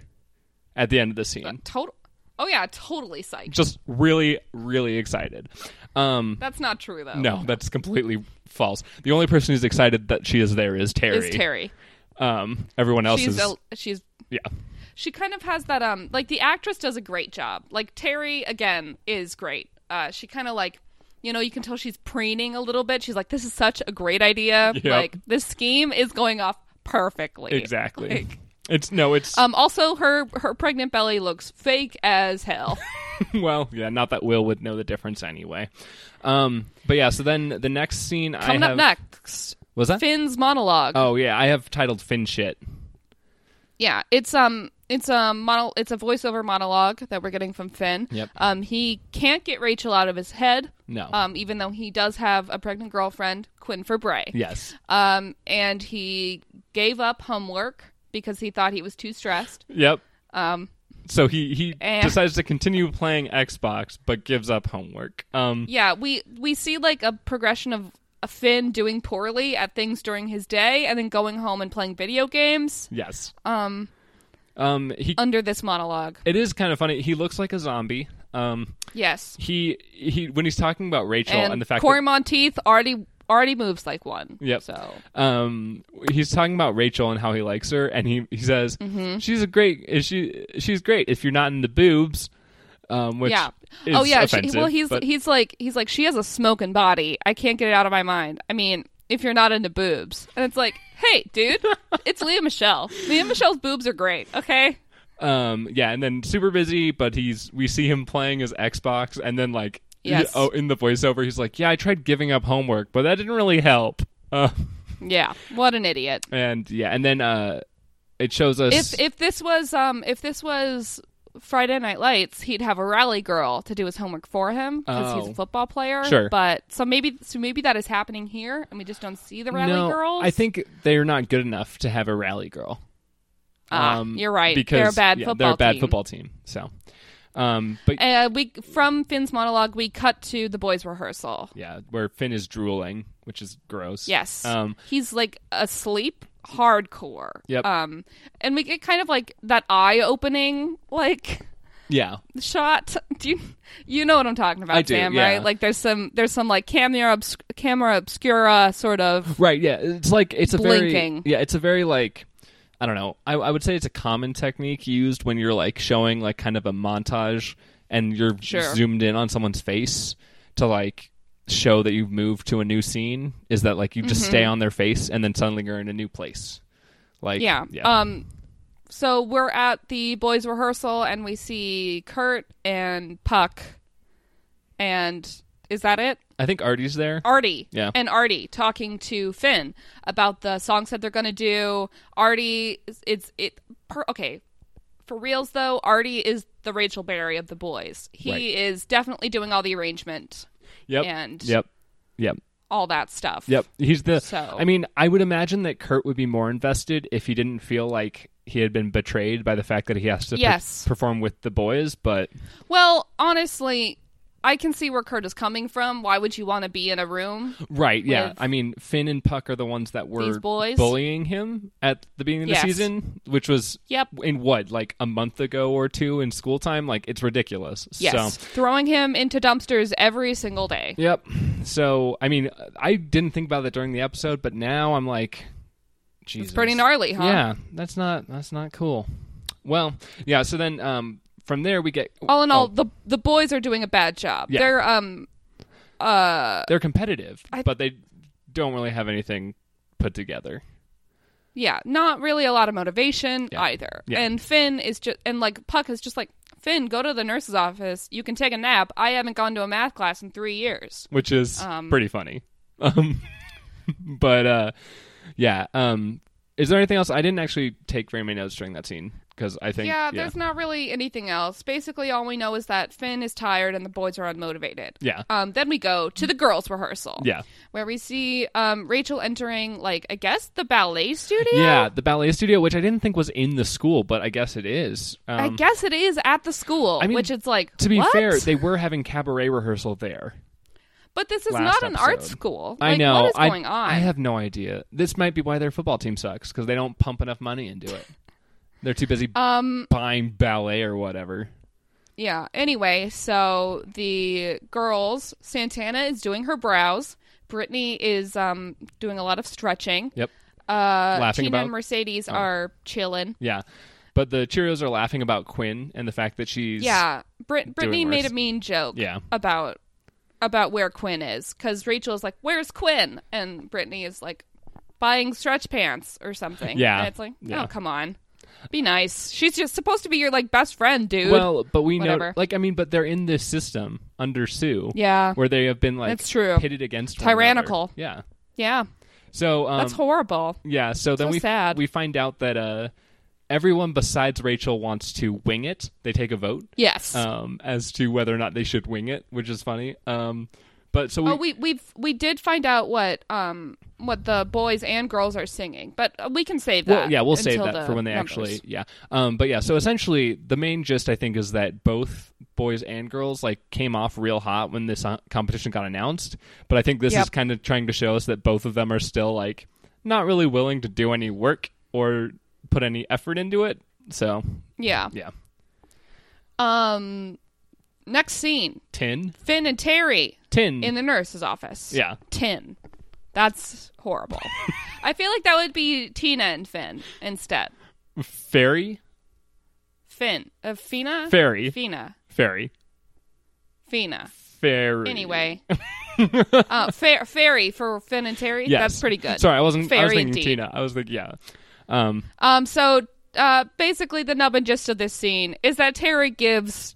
Speaker 2: at the end of the scene.
Speaker 1: Total. Oh yeah, totally psyched.
Speaker 2: Just really, really excited. Um.
Speaker 1: That's not true though.
Speaker 2: No, that's completely false. The only person who's excited that she is there is Terry.
Speaker 1: Is Terry?
Speaker 2: Um, everyone else
Speaker 1: She's
Speaker 2: is
Speaker 1: a, she's
Speaker 2: yeah,
Speaker 1: she kind of has that um like the actress does a great job like terry again is great uh she kind of like you know you can tell she's preening a little bit she's like this is such a great idea
Speaker 2: Yep.
Speaker 1: like this scheme is going off perfectly
Speaker 2: exactly.
Speaker 1: Like,
Speaker 2: it's no, it's
Speaker 1: um also her her pregnant belly looks fake as hell
Speaker 2: well, yeah, not that Will would know the difference anyway. Um, but yeah, so then the next scene
Speaker 1: coming
Speaker 2: I
Speaker 1: up
Speaker 2: have
Speaker 1: next
Speaker 2: was that.
Speaker 1: finn's monologue
Speaker 2: Oh yeah, I have titled Finn shit.
Speaker 1: Yeah, it's um, it's a mono, it's a voiceover monologue that we're getting from Finn.
Speaker 2: Yep.
Speaker 1: Um, he can't get Rachel out of his head.
Speaker 2: No.
Speaker 1: Um, even though he does have a pregnant girlfriend, Quinn for Bray.
Speaker 2: Yes,
Speaker 1: Um, and he gave up homework because he thought he was too stressed.
Speaker 2: yep.
Speaker 1: Um,
Speaker 2: So he he
Speaker 1: Eh.
Speaker 2: decides to continue playing Xbox, but gives up homework. Um,
Speaker 1: Yeah, we we see like a progression of a Finn doing poorly at things during his day and then going home and playing video games
Speaker 2: yes. Um, um, he.
Speaker 1: under this monologue.
Speaker 2: it is kind of funny. He looks like a zombie. Um,
Speaker 1: Yes.
Speaker 2: he he when he's talking about Rachel and,
Speaker 1: and
Speaker 2: the fact
Speaker 1: Corey
Speaker 2: that
Speaker 1: Monteith already already moves like one.
Speaker 2: Yep.
Speaker 1: So
Speaker 2: um he's talking about Rachel and how he likes her and he he says
Speaker 1: Mm-hmm.
Speaker 2: she's a great is she she's great if you're not in the boobs um which
Speaker 1: yeah.
Speaker 2: is
Speaker 1: oh yeah. She,
Speaker 2: offensive,
Speaker 1: well, he's
Speaker 2: but-
Speaker 1: he's like he's like she has a smoking body. I can't get it out of my mind. I mean, if you're not into boobs, and it's like, hey, dude, it's Leah Michelle. Leah Michelle's boobs are great. Okay.
Speaker 2: um yeah and then super busy but he's we see him playing his Xbox and then like
Speaker 1: Yes.
Speaker 2: oh in the voiceover he's like yeah I tried giving up homework but that didn't really help uh,
Speaker 1: Yeah. What an idiot.
Speaker 2: and yeah and then uh it shows us
Speaker 1: If if this was um if this was Friday Night Lights, he'd have a rally girl to do his homework for him because he's
Speaker 2: Oh.
Speaker 1: a football player.
Speaker 2: Sure.
Speaker 1: But so maybe so maybe that is happening here, and we just don't see the rally
Speaker 2: no,
Speaker 1: girls.
Speaker 2: I think they're not good enough to have a rally girl. Um,
Speaker 1: Ah, you're right. They're a bad
Speaker 2: yeah,
Speaker 1: football
Speaker 2: They're a bad
Speaker 1: team.
Speaker 2: football team. So, um, but
Speaker 1: Uh, we from Finn's monologue, we cut to the boys' rehearsal.
Speaker 2: yeah, where Finn is drooling, which is gross.
Speaker 1: Yes,
Speaker 2: Um,
Speaker 1: he's like asleep, hardcore.
Speaker 2: Yep.
Speaker 1: Um, and we get kind of like that eye-opening like
Speaker 2: yeah.
Speaker 1: shot. Do you you know what I'm talking about,
Speaker 2: I do,
Speaker 1: Sam?
Speaker 2: yeah.
Speaker 1: Right? Like there's some there's some like camera obs- camera obscura sort of.
Speaker 2: Right. Yeah. It's like it's a
Speaker 1: Blinking.
Speaker 2: very yeah. It's a very like. I don't know. I, I would say it's a common technique used when you're like showing like kind of a montage and you're
Speaker 1: Sure.
Speaker 2: zoomed in on someone's face to like show that you've moved to a new scene. Is that like you just
Speaker 1: Mm-hmm.
Speaker 2: stay on their face and then suddenly you're in a new place? Like
Speaker 1: Yeah.
Speaker 2: yeah.
Speaker 1: Um. So we're at the boys' rehearsal, and we see Kurt and Puck, and is that it?
Speaker 2: I think Artie's there.
Speaker 1: Artie.
Speaker 2: Yeah.
Speaker 1: And Artie talking to Finn about the songs that they're going to do. Artie, is- it's it. Per, okay. For reals though, Artie is the Rachel Berry of the boys. He
Speaker 2: Right.
Speaker 1: is definitely doing all the arrangement,
Speaker 2: Yep.
Speaker 1: and-
Speaker 2: yep. Yep.
Speaker 1: all that stuff.
Speaker 2: Yep. He's the
Speaker 1: So-
Speaker 2: I mean, I would imagine that Kurt would be more invested if he didn't feel like he had been betrayed by the fact that he has to per-
Speaker 1: Yes.
Speaker 2: perform with the boys, but
Speaker 1: Well, honestly, I can see where Kurt is coming from. Why would you want to be in a room?
Speaker 2: right, yeah.
Speaker 1: With-
Speaker 2: I mean, Finn and Puck are the ones that were
Speaker 1: These boys?
Speaker 2: bullying him at the beginning of the
Speaker 1: Yes.
Speaker 2: season, which was
Speaker 1: Yep.
Speaker 2: in what, like a month ago or two in school time, like it's ridiculous.
Speaker 1: Yes.
Speaker 2: So
Speaker 1: Throwing him into dumpsters every single day.
Speaker 2: Yep. So, I mean, I didn't think about that during the episode, but now I'm like Jesus.
Speaker 1: It's pretty gnarly, huh?
Speaker 2: Yeah, that's not that's not cool. Well, yeah. So then, um, from there we get
Speaker 1: All in all,
Speaker 2: oh,
Speaker 1: the the boys are doing a bad job.
Speaker 2: Yeah.
Speaker 1: They're um uh
Speaker 2: they're competitive,
Speaker 1: I-
Speaker 2: but they don't really have anything put together.
Speaker 1: yeah, not really a lot of motivation
Speaker 2: Yeah.
Speaker 1: either.
Speaker 2: Yeah.
Speaker 1: And Finn is just and like Puck is just like Finn, go to the nurse's office. You can take a nap. I haven't gone to a math class in three years.
Speaker 2: which is
Speaker 1: Um,
Speaker 2: pretty funny. Um, but uh, yeah. Um, is there anything else? I didn't actually take very many notes during that scene because I think
Speaker 1: yeah, there's not really anything else. Basically, all we know is that Finn is tired and the boys are unmotivated.
Speaker 2: yeah,
Speaker 1: Um, then we go to the girls' rehearsal.
Speaker 2: yeah.
Speaker 1: Where we see um, Rachel entering, like, I guess the ballet studio?
Speaker 2: Yeah, the ballet studio, which I didn't think was in the school, but I guess it is. Um,
Speaker 1: I guess it is at the school,
Speaker 2: I mean,
Speaker 1: which it's like,
Speaker 2: To be
Speaker 1: what?
Speaker 2: fair, they were having cabaret rehearsal there.
Speaker 1: But this is
Speaker 2: last
Speaker 1: not an art
Speaker 2: episode.
Speaker 1: school.
Speaker 2: I
Speaker 1: Like,
Speaker 2: know.
Speaker 1: What is
Speaker 2: I,
Speaker 1: going on?
Speaker 2: I have no idea. This might be why their football team sucks because they don't pump enough money into it. They're too busy
Speaker 1: um.
Speaker 2: buying ballet or whatever.
Speaker 1: Yeah. Anyway, so the girls, Santana is doing her brows. Brittany is um doing a lot of stretching.
Speaker 2: Yep.
Speaker 1: Uh,
Speaker 2: Laughing
Speaker 1: Tina
Speaker 2: about-
Speaker 1: and Mercedes are chilling.
Speaker 2: Yeah. But the Cheerios are laughing about Quinn and the fact that she's
Speaker 1: Yeah. Brit- Brittany made
Speaker 2: worse.
Speaker 1: a mean joke.
Speaker 2: Yeah.
Speaker 1: About about where Quinn is because Rachel is like, "Where's Quinn?" and Brittany is like, "Buying stretch pants or something."
Speaker 2: Yeah.
Speaker 1: And it's like,
Speaker 2: Yeah.
Speaker 1: oh come on, be nice. She's just supposed to be your like best friend, dude.
Speaker 2: Well, but we know
Speaker 1: Whatever.
Speaker 2: like I mean, but they're in this system under Sue
Speaker 1: yeah.
Speaker 2: where they have been like
Speaker 1: That's true.
Speaker 2: pitted against one another.
Speaker 1: Tyrannical.
Speaker 2: Yeah.
Speaker 1: Yeah.
Speaker 2: So um,
Speaker 1: That's horrible.
Speaker 2: Yeah, so then
Speaker 1: So
Speaker 2: we
Speaker 1: sad.
Speaker 2: we find out that uh, everyone besides Rachel wants to wing it. They take a vote
Speaker 1: Yes.
Speaker 2: um, as to whether or not they should wing it, which is funny. Um, But so we,
Speaker 1: oh, we we we did find out what um what the boys and girls are singing, but uh, we can save that.
Speaker 2: Well, yeah, we'll save
Speaker 1: until
Speaker 2: that
Speaker 1: the
Speaker 2: for when they
Speaker 1: numbers.
Speaker 2: actually. Yeah. Um. But yeah. So essentially, the main gist I think is that both boys and girls like came off real hot when this uh, competition got announced. But I think this is
Speaker 1: Yep.
Speaker 2: kind of trying to show us that both of them are still like not really willing to do any work or put any effort into it. So
Speaker 1: Yeah.
Speaker 2: yeah,
Speaker 1: Um. Next scene:
Speaker 2: tin,
Speaker 1: Finn and Terry
Speaker 2: tin.
Speaker 1: in the nurse's office.
Speaker 2: yeah.
Speaker 1: Tin. That's horrible. I feel like that would be Tina and Finn instead.
Speaker 2: Fairy,
Speaker 1: Finn. Uh, Fina?
Speaker 2: fairy,
Speaker 1: Fina.
Speaker 2: fairy,
Speaker 1: Fina.
Speaker 2: fairy.
Speaker 1: Anyway. uh, fa- fairy for Finn and Terry.
Speaker 2: Yes.
Speaker 1: That's pretty good.
Speaker 2: Sorry, I wasn't. I was
Speaker 1: Fairy
Speaker 2: thinking
Speaker 1: indeed.
Speaker 2: Tina. I was thinking yeah. Um.
Speaker 1: Um, so uh, basically, the nub and gist of this scene is that Terry gives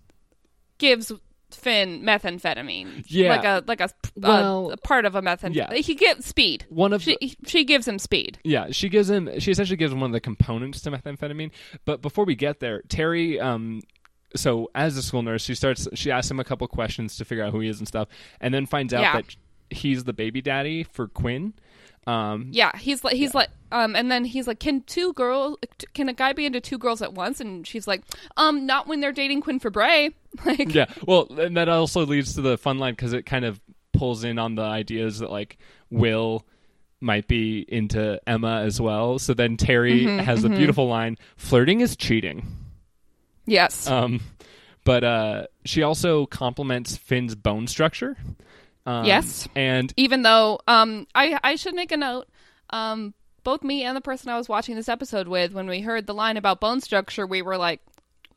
Speaker 1: gives Finn methamphetamine.
Speaker 2: Yeah.
Speaker 1: like a like a,
Speaker 2: Well-
Speaker 1: a part of a methamphetamine.
Speaker 2: Yeah.
Speaker 1: He gets speed.
Speaker 2: One of
Speaker 1: She she gives him speed.
Speaker 2: Yeah, she gives him. She essentially gives him one of the components to methamphetamine. But before we get there, Terry. Um, so as a school nurse, she starts. She asks him a couple questions to figure out who he is and stuff, and then finds out
Speaker 1: Yeah.
Speaker 2: that he's the baby daddy for Quinn. Um,
Speaker 1: Yeah, he's like he's like um, and then he's like, can two girls? Can a guy be into two girls at once? And she's like, um, not when they're dating Quinn Fabray. Like,
Speaker 2: yeah. Well, and that also leads to the fun line because it kind of pulls in on the ideas that like Will might be into Emma as well. So then Terry
Speaker 1: Mm-hmm,
Speaker 2: has a beautiful line: "Flirting is cheating."
Speaker 1: yes,
Speaker 2: Um, but uh, she also compliments Finn's bone structure. Um,
Speaker 1: Yes.
Speaker 2: and
Speaker 1: even though um I I should make a note um both me and the person I was watching this episode with when we heard the line about bone structure we were like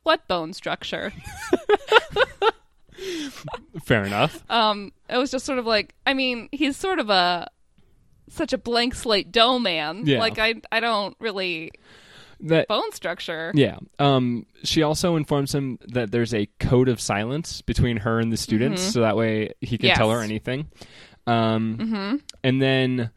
Speaker 1: what bone structure
Speaker 2: fair enough.
Speaker 1: um it was just sort of like I mean he's sort of a such a blank slate dough man
Speaker 2: Yeah.
Speaker 1: like I I don't really
Speaker 2: That
Speaker 1: bone structure
Speaker 2: yeah. Um, she also informs him that there's a code of silence between her and the students, so that way he
Speaker 1: Mm-hmm.
Speaker 2: can
Speaker 1: Yes. Mm-hmm.
Speaker 2: tell her anything. Um, and then,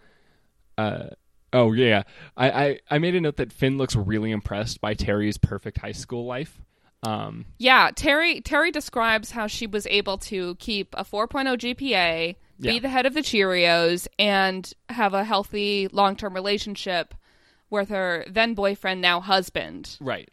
Speaker 2: uh, oh yeah, I, I I made a note that Finn looks really impressed by Terry's perfect high school life. Um,
Speaker 1: yeah Terry Terry describes how she was able to keep a 4.0 GPA
Speaker 2: Yeah.
Speaker 1: be the head of the Cheerios and have a healthy long-term relationship with her then boyfriend now husband
Speaker 2: right.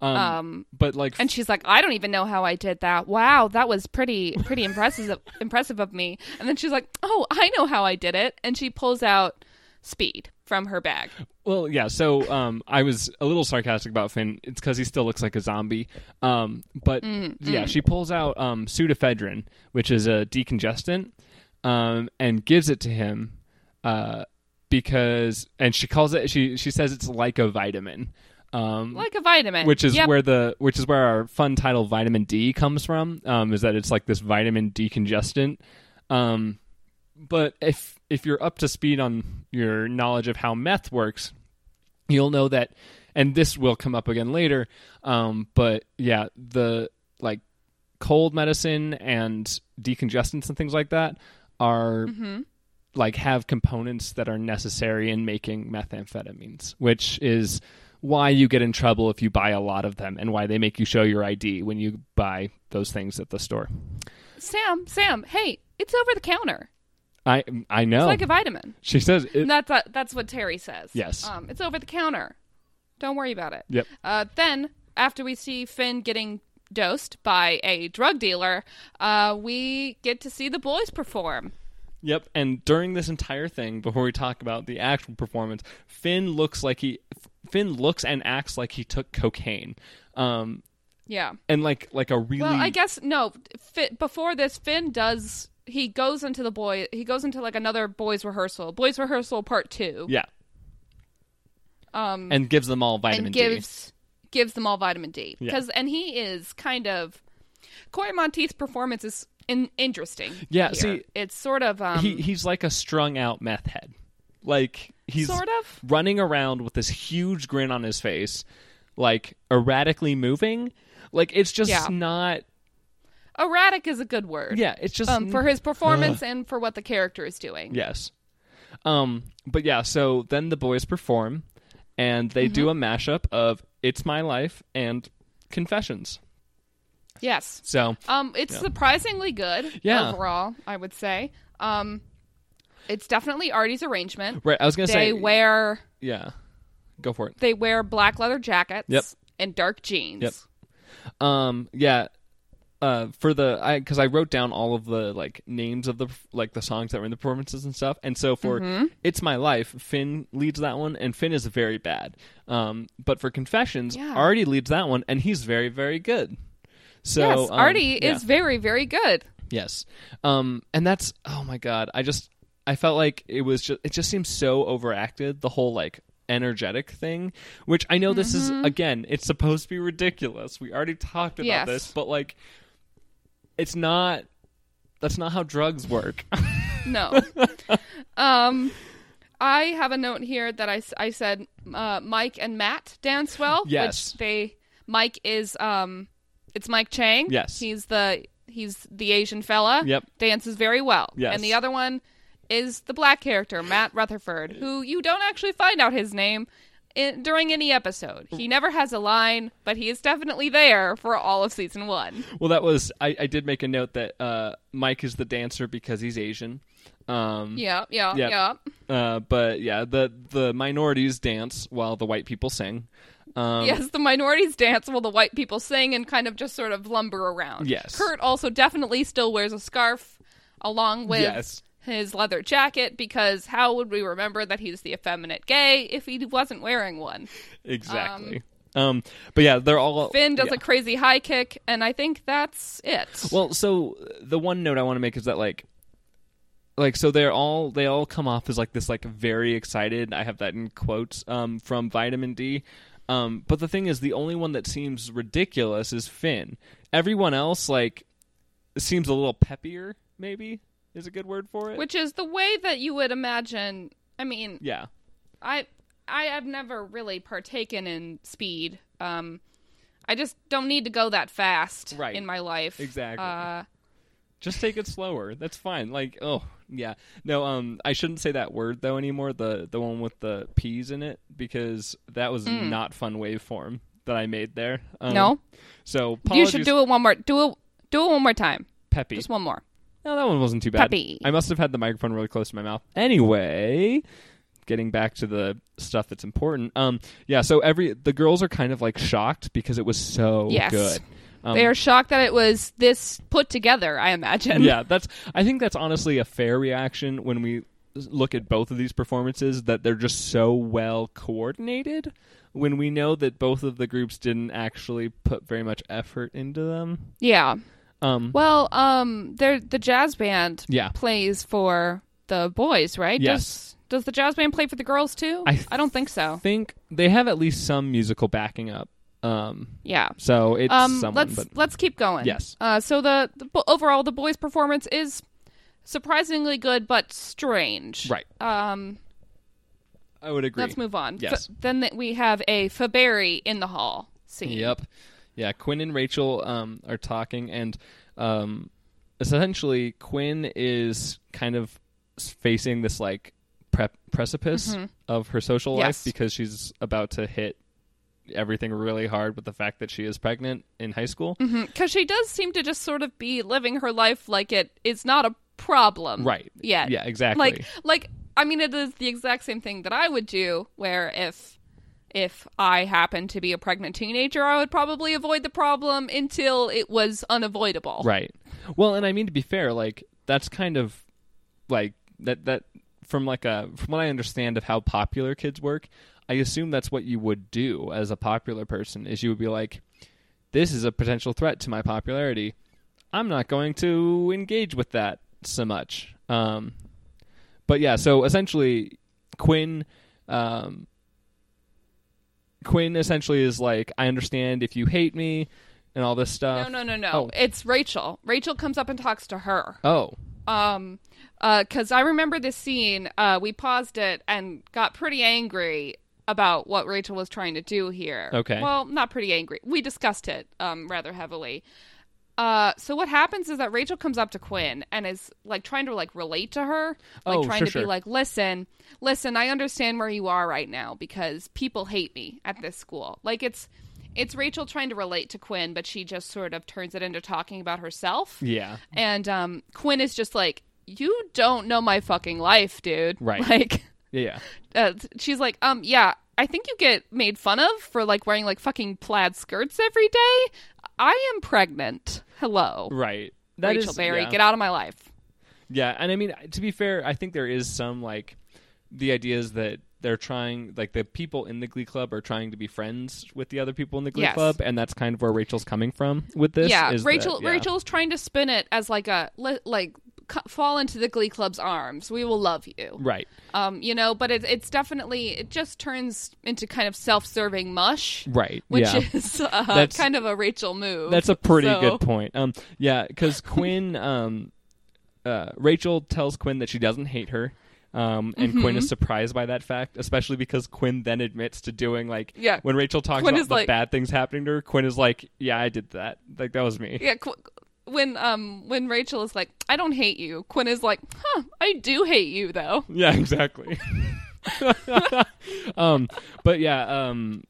Speaker 2: Um,
Speaker 1: Um,
Speaker 2: but like
Speaker 1: and she's like, I don't even know how I did that. Wow, that was pretty pretty impressive impressive of me. And then she's like, Oh, I know how I did it. And she pulls out speed from her bag.
Speaker 2: Well, yeah. So um, I was a little sarcastic about Finn. It's because he still looks like a zombie. Um, but yeah, she pulls out um, pseudoephedrine, which is a decongestant, um, and gives it to him uh, because, and she calls it. She she says it's like a vitamin, um,
Speaker 1: Like a vitamin.
Speaker 2: which is
Speaker 1: Yep.
Speaker 2: where the which is where our fun title vitamin D comes from. Um, is that it's like this vitamin decongestant. Um, but if if you're up to speed on your knowledge of how meth works, you'll know that, and this will come up again later. Um, but yeah, the like cold medicine and decongestants and things like that are like have components that are necessary in making methamphetamines, which is why you get in trouble if you buy a lot of them and why they make you show your ID when you buy those things at the store.
Speaker 1: Sam, Sam, hey, it's over the counter.
Speaker 2: I I know.
Speaker 1: It's like a vitamin.
Speaker 2: she says it,
Speaker 1: And that's that's what Terry says.
Speaker 2: Yes.
Speaker 1: Um, it's over the counter. Don't worry about it.
Speaker 2: Yep.
Speaker 1: Uh, then after we see Finn getting dosed by a drug dealer, uh, we get to see the boys perform.
Speaker 2: Yep, and during this entire thing, before we talk about the actual performance, Finn looks like he Finn looks and acts like he took cocaine. Um
Speaker 1: Yeah.
Speaker 2: and like like a really
Speaker 1: Well, I guess no. Fi before this, Finn does. He goes into the boy. He goes into like another boys rehearsal. Boys rehearsal part two.
Speaker 2: yeah.
Speaker 1: Um,
Speaker 2: And gives them all vitamin
Speaker 1: and
Speaker 2: D.
Speaker 1: gives gives them all vitamin D because and he is kind of Corey Monteith's performance is in, interesting.
Speaker 2: Yeah,
Speaker 1: here.
Speaker 2: see-
Speaker 1: it's sort of um,
Speaker 2: he he's like a strung out meth head. Like he's
Speaker 1: sort of
Speaker 2: running around with this huge grin on his face, like erratically moving. Like it's just
Speaker 1: Yeah.
Speaker 2: not
Speaker 1: erratic is a good word.
Speaker 2: yeah, it's just
Speaker 1: Um, for his performance and for what the character is doing.
Speaker 2: Yes. Um, but yeah, so then the boys perform
Speaker 1: Mm-hmm.
Speaker 2: and they do a mashup of It's My Life and Confessions.
Speaker 1: Yes.
Speaker 2: So
Speaker 1: Um, it's surprisingly good
Speaker 2: Yeah.
Speaker 1: overall, I would say. Um, it's definitely Artie's arrangement.
Speaker 2: right, I was gonna
Speaker 1: They
Speaker 2: say
Speaker 1: wear
Speaker 2: yeah, go for it.
Speaker 1: they wear black leather jackets
Speaker 2: Yep.
Speaker 1: and dark jeans.
Speaker 2: Yep. Um, yeah. Uh, for the I because I wrote down all of the like names of the like the songs that were in the performances and stuff, and so for
Speaker 1: Mm-hmm.
Speaker 2: "It's My Life," Finn leads that one, and Finn is very bad. Um, but for "Confessions,"
Speaker 1: Yeah.
Speaker 2: Artie leads that one, and he's very very good. So
Speaker 1: yes,
Speaker 2: um,
Speaker 1: Artie
Speaker 2: yeah.
Speaker 1: is very, very good.
Speaker 2: Yes. Um and that's oh my god, I just I felt like it was just it just seems so overacted the whole like energetic thing, which I know this is
Speaker 1: Mm-hmm.
Speaker 2: again, it's supposed to be ridiculous. We already talked about
Speaker 1: Yes.
Speaker 2: this, but like it's not that's not how drugs work.
Speaker 1: No. um, I have a note here that I, s- I said uh, Mike and Matt dance well.
Speaker 2: Yes.
Speaker 1: Which they Mike is um, it's Mike Chang.
Speaker 2: Yes.
Speaker 1: He's the he's the Asian fella.
Speaker 2: Yep.
Speaker 1: Dances very well.
Speaker 2: Yes.
Speaker 1: And the other one is the black character Matt Rutherford, who you don't actually find out his name. In, during any episode,
Speaker 2: Mm.
Speaker 1: he never has a line, but he is definitely there for all of season one.
Speaker 2: well, that was I, I did make a note that uh Mike is the dancer because he's Asian. Um
Speaker 1: Yeah, yeah,
Speaker 2: Yep.
Speaker 1: yeah.
Speaker 2: uh but yeah, the the minorities dance while the white people sing. Um
Speaker 1: yes, the minorities dance while the white people sing and kind of just sort of lumber around.
Speaker 2: Yes.
Speaker 1: Kurt also definitely still wears a scarf along with
Speaker 2: Yes.
Speaker 1: his leather jacket because how would we remember that he's the effeminate gay if he wasn't wearing one?
Speaker 2: Exactly. Um, but yeah, they're all
Speaker 1: Finn does
Speaker 2: yeah.
Speaker 1: a crazy high kick, and I think that's it.
Speaker 2: Well, so uh, the one note I want to make is that like like so they're all they all come off as like this like very excited, I have that in quotes um from Vitamin D. Um but the thing is the only one that seems ridiculous is Finn. Everyone else like seems a little peppier maybe is a good word for it.
Speaker 1: Which is the way that you would imagine. I mean,
Speaker 2: yeah.
Speaker 1: I I have never really partaken in speed. Um, I just don't need to go that fast
Speaker 2: Right.
Speaker 1: in my life.
Speaker 2: Exactly.
Speaker 1: Uh,
Speaker 2: Just take it slower. That's fine. Like, oh yeah. No, um I shouldn't say that word though anymore, the the one with the P's in it, because that was not fun waveform that I made there. Um,
Speaker 1: Hmm. no.
Speaker 2: So
Speaker 1: You
Speaker 2: apologies,
Speaker 1: should do it one more. Do it. Do it one more time.
Speaker 2: Peppy.
Speaker 1: Just one more.
Speaker 2: No, that one wasn't too bad.
Speaker 1: Peppy.
Speaker 2: I must have had the microphone really close to my mouth. Anyway, getting back to the stuff that's important. Um, yeah. So every the girls are kind of like shocked because it was so
Speaker 1: Yes.
Speaker 2: good. Um,
Speaker 1: they are shocked that it was this put together. I imagine.
Speaker 2: yeah, that's. I think that's honestly a fair reaction when we look at both of these performances that they're just so well coordinated. When we know that both of the groups didn't actually put very much effort into them.
Speaker 1: Yeah.
Speaker 2: Um,
Speaker 1: Well, um, they're, the jazz band
Speaker 2: Yeah.
Speaker 1: plays for the boys, right?
Speaker 2: Yes.
Speaker 1: Does, does the jazz band play for the girls too?
Speaker 2: I th-
Speaker 1: I don't think so.
Speaker 2: think they have at least some musical backing up. Um,
Speaker 1: Yeah.
Speaker 2: so it's
Speaker 1: Um,
Speaker 2: someone,
Speaker 1: let's
Speaker 2: but
Speaker 1: let's keep going.
Speaker 2: Yes.
Speaker 1: Uh, so the, the bo- overall the boys' performance is surprisingly good, but strange.
Speaker 2: right,
Speaker 1: Um,
Speaker 2: I would agree.
Speaker 1: let's move on.
Speaker 2: Yes.
Speaker 1: F- then th- we have a Faberry in the hall scene.
Speaker 2: Yep, yeah. Quinn and Rachel um, are talking, and um, essentially Quinn is kind of facing this like prep precipice of her social life
Speaker 1: Mm-hmm. Yes.
Speaker 2: because she's about to hit everything really hard with the fact that she is pregnant in high school.
Speaker 1: Because she does seem to just sort of be living her life like it is not a problem.
Speaker 2: Right.
Speaker 1: Yet.
Speaker 2: Yeah. Exactly.
Speaker 1: Like, like I mean, it is the exact same thing that I would do. Where if if I happened to be a pregnant teenager, I would probably avoid the problem until it was unavoidable.
Speaker 2: Right. Well, and I mean to be fair, like that's kind of like that that from like a from what I understand of how popular kids work, I assume that's what you would do as a popular person is you would be like this is a potential threat to my popularity. I'm not going to engage with that so much. Um but yeah, so essentially Quinn um Quinn essentially is like I understand if you hate me and all this
Speaker 1: No,
Speaker 2: stuff.
Speaker 1: no, no, no.
Speaker 2: Oh.
Speaker 1: It's Rachel. Rachel comes up and talks to her.
Speaker 2: Oh.
Speaker 1: Um, because I remember this scene. Uh, we paused it and got pretty angry about what Rachel was trying to do here.
Speaker 2: Okay.
Speaker 1: Well, not pretty angry. We discussed it um rather heavily. Uh, so what happens is that Rachel comes up to Quinn and is like trying to like relate to her, like
Speaker 2: Oh,
Speaker 1: trying
Speaker 2: sure,
Speaker 1: to be
Speaker 2: sure.
Speaker 1: like, listen, listen, I understand where you are right now because people hate me at this school. Like it's, It's Rachel trying to relate to Quinn, but she just sort of turns it into talking about herself.
Speaker 2: Yeah.
Speaker 1: And um, Quinn is just like, "You don't know my fucking life, dude."
Speaker 2: Right.
Speaker 1: Like,
Speaker 2: Yeah.
Speaker 1: uh, she's like, "Um, yeah, I think you get made fun of for like wearing like fucking plaid skirts every day. I am pregnant. Hello,
Speaker 2: Right. That
Speaker 1: Rachel
Speaker 2: is-
Speaker 1: Berry,
Speaker 2: yeah.
Speaker 1: get out of my life."
Speaker 2: Yeah, and I mean to be fair, I think there is some like the idea is that they're trying like the people in the Glee Club are trying to be friends with the other people in the Glee
Speaker 1: Yes.
Speaker 2: Club, and that's kind of where Rachel's coming from with this.
Speaker 1: yeah,
Speaker 2: is that-
Speaker 1: Rachel.
Speaker 2: yeah.
Speaker 1: Rachel's trying to spin it as like a li- like c- fall into the Glee Club's arms. We will love you.
Speaker 2: Right.
Speaker 1: Um, you know, but it, it's definitely it just turns into kind of self-serving mush,
Speaker 2: Right.
Speaker 1: which
Speaker 2: yeah.
Speaker 1: is uh,
Speaker 2: That's-
Speaker 1: kind of a Rachel move.
Speaker 2: That's a pretty
Speaker 1: So-
Speaker 2: good point. Um, yeah, because Quinn, um, uh, Rachel tells Quinn that she doesn't hate her, um, and Quinn
Speaker 1: Mm-hmm.
Speaker 2: is surprised by that fact, especially because Quinn then admits to doing like
Speaker 1: Yeah.
Speaker 2: when Rachel talks
Speaker 1: Quinn
Speaker 2: about
Speaker 1: is
Speaker 2: the
Speaker 1: like-
Speaker 2: bad things happening to her, Quinn is like, "Yeah, I did that. Like that was me."
Speaker 1: yeah. Qu- when um when Rachel is like, I don't hate you. Quinn is like, Huh, I do hate you though.
Speaker 2: Yeah, exactly. um, but yeah, um,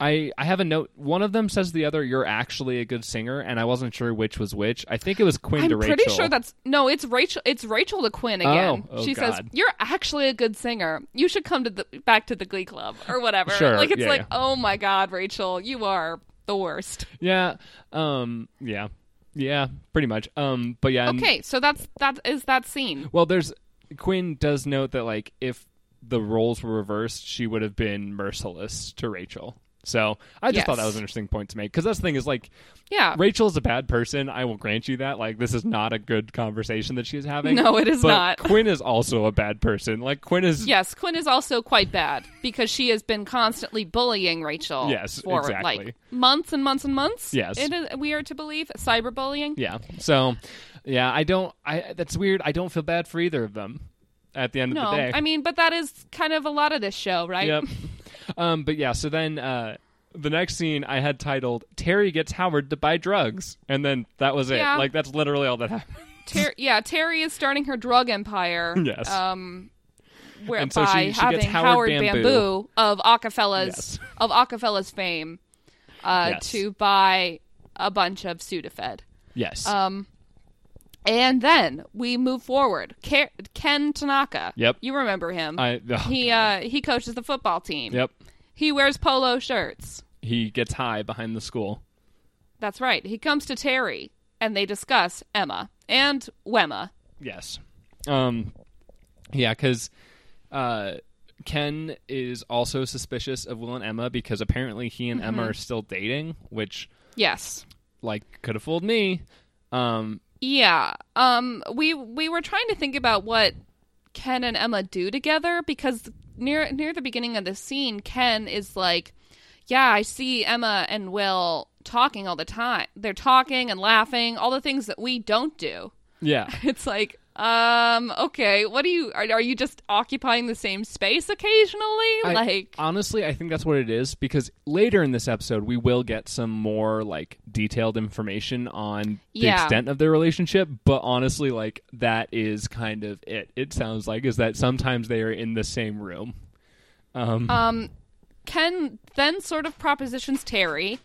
Speaker 2: I I have a note. One of them says to the other, "You're actually a good singer," and I wasn't sure which was which. I think it was Quinn to
Speaker 1: I'm
Speaker 2: Rachel.
Speaker 1: pretty sure that's no. It's Rachel. It's Rachel to Quinn again.
Speaker 2: Oh, oh
Speaker 1: she says
Speaker 2: God.
Speaker 1: you're actually a good singer. You should come to the back to the Glee Club or whatever.
Speaker 2: Sure,
Speaker 1: like it's
Speaker 2: yeah,
Speaker 1: like,
Speaker 2: yeah.
Speaker 1: oh my God, Rachel, you are the worst.
Speaker 2: Yeah. Um. Yeah. Yeah. Pretty much. Um. But yeah. and-
Speaker 1: okay, so that's that is that scene.
Speaker 2: well, there's Quinn does note that like if the roles were reversed, she would have been merciless to Rachel. So I just thought that
Speaker 1: Yes. Uh,
Speaker 2: was an interesting point to make because that's the thing is like
Speaker 1: Yeah.
Speaker 2: Rachel's a bad person. I will grant you that. Like this is not a good conversation that she's having.
Speaker 1: No, it is
Speaker 2: But
Speaker 1: not.
Speaker 2: Quinn is also a bad person. Like Quinn is.
Speaker 1: Yes, Quinn is also quite bad because she has been constantly bullying Rachel.
Speaker 2: Yes,
Speaker 1: for
Speaker 2: exactly.
Speaker 1: like months and months and months.
Speaker 2: Yes.
Speaker 1: it is, we are to believe cyberbullying.
Speaker 2: Yeah. So, yeah, I don't. I that's weird. I don't feel bad for either of them. At the end
Speaker 1: No,
Speaker 2: of the day,
Speaker 1: I mean, but that is kind of a lot of this show, right?
Speaker 2: Yep. Um, but yeah, so then uh, the next scene I had titled Terry gets Howard to buy drugs, and then that was it.
Speaker 1: Yeah.
Speaker 2: Like that's literally all that happened.
Speaker 1: Ter- yeah, Terry is starting her drug empire.
Speaker 2: Yes.
Speaker 1: Um, where
Speaker 2: And so
Speaker 1: by
Speaker 2: she- she gets
Speaker 1: having Howard,
Speaker 2: Howard Bamboo.
Speaker 1: Bamboo, of Acapella's
Speaker 2: Yes.
Speaker 1: of Acapella's fame uh,
Speaker 2: Yes.
Speaker 1: to buy a bunch of Sudafed.
Speaker 2: Yes.
Speaker 1: Um, and then we move forward. Ke- Ken Tanaka.
Speaker 2: Yep.
Speaker 1: You remember him?
Speaker 2: I- oh,
Speaker 1: he uh, he coaches the football team.
Speaker 2: yep.
Speaker 1: He wears polo shirts.
Speaker 2: He gets high behind the school.
Speaker 1: That's right. He comes to Terry, and they discuss Emma and Wemma.
Speaker 2: Yes. Um, yeah, because uh, Ken is also suspicious of Will and Emma because apparently he and
Speaker 1: Mm-hmm.
Speaker 2: Emma are still dating, which
Speaker 1: Yes.
Speaker 2: like could have fooled me. Um,
Speaker 1: Yeah. Um we we were trying to think about what Ken and Emma do together because near near the beginning of the scene Ken is like, "Yeah, I see Emma and Will talking all the time. They're talking and laughing, all the things that we don't do."
Speaker 2: yeah.
Speaker 1: It's like, "Um, okay, what do you are, are you just occupying the same space occasionally?"
Speaker 2: I-
Speaker 1: like
Speaker 2: honestly, I think that's what it is because later in this episode we will get some more like detailed information on the
Speaker 1: Yeah.
Speaker 2: extent of their relationship. But honestly, like that is kind of it. It sounds like is that sometimes they are in the same room.
Speaker 1: Ken then sort of propositions Terry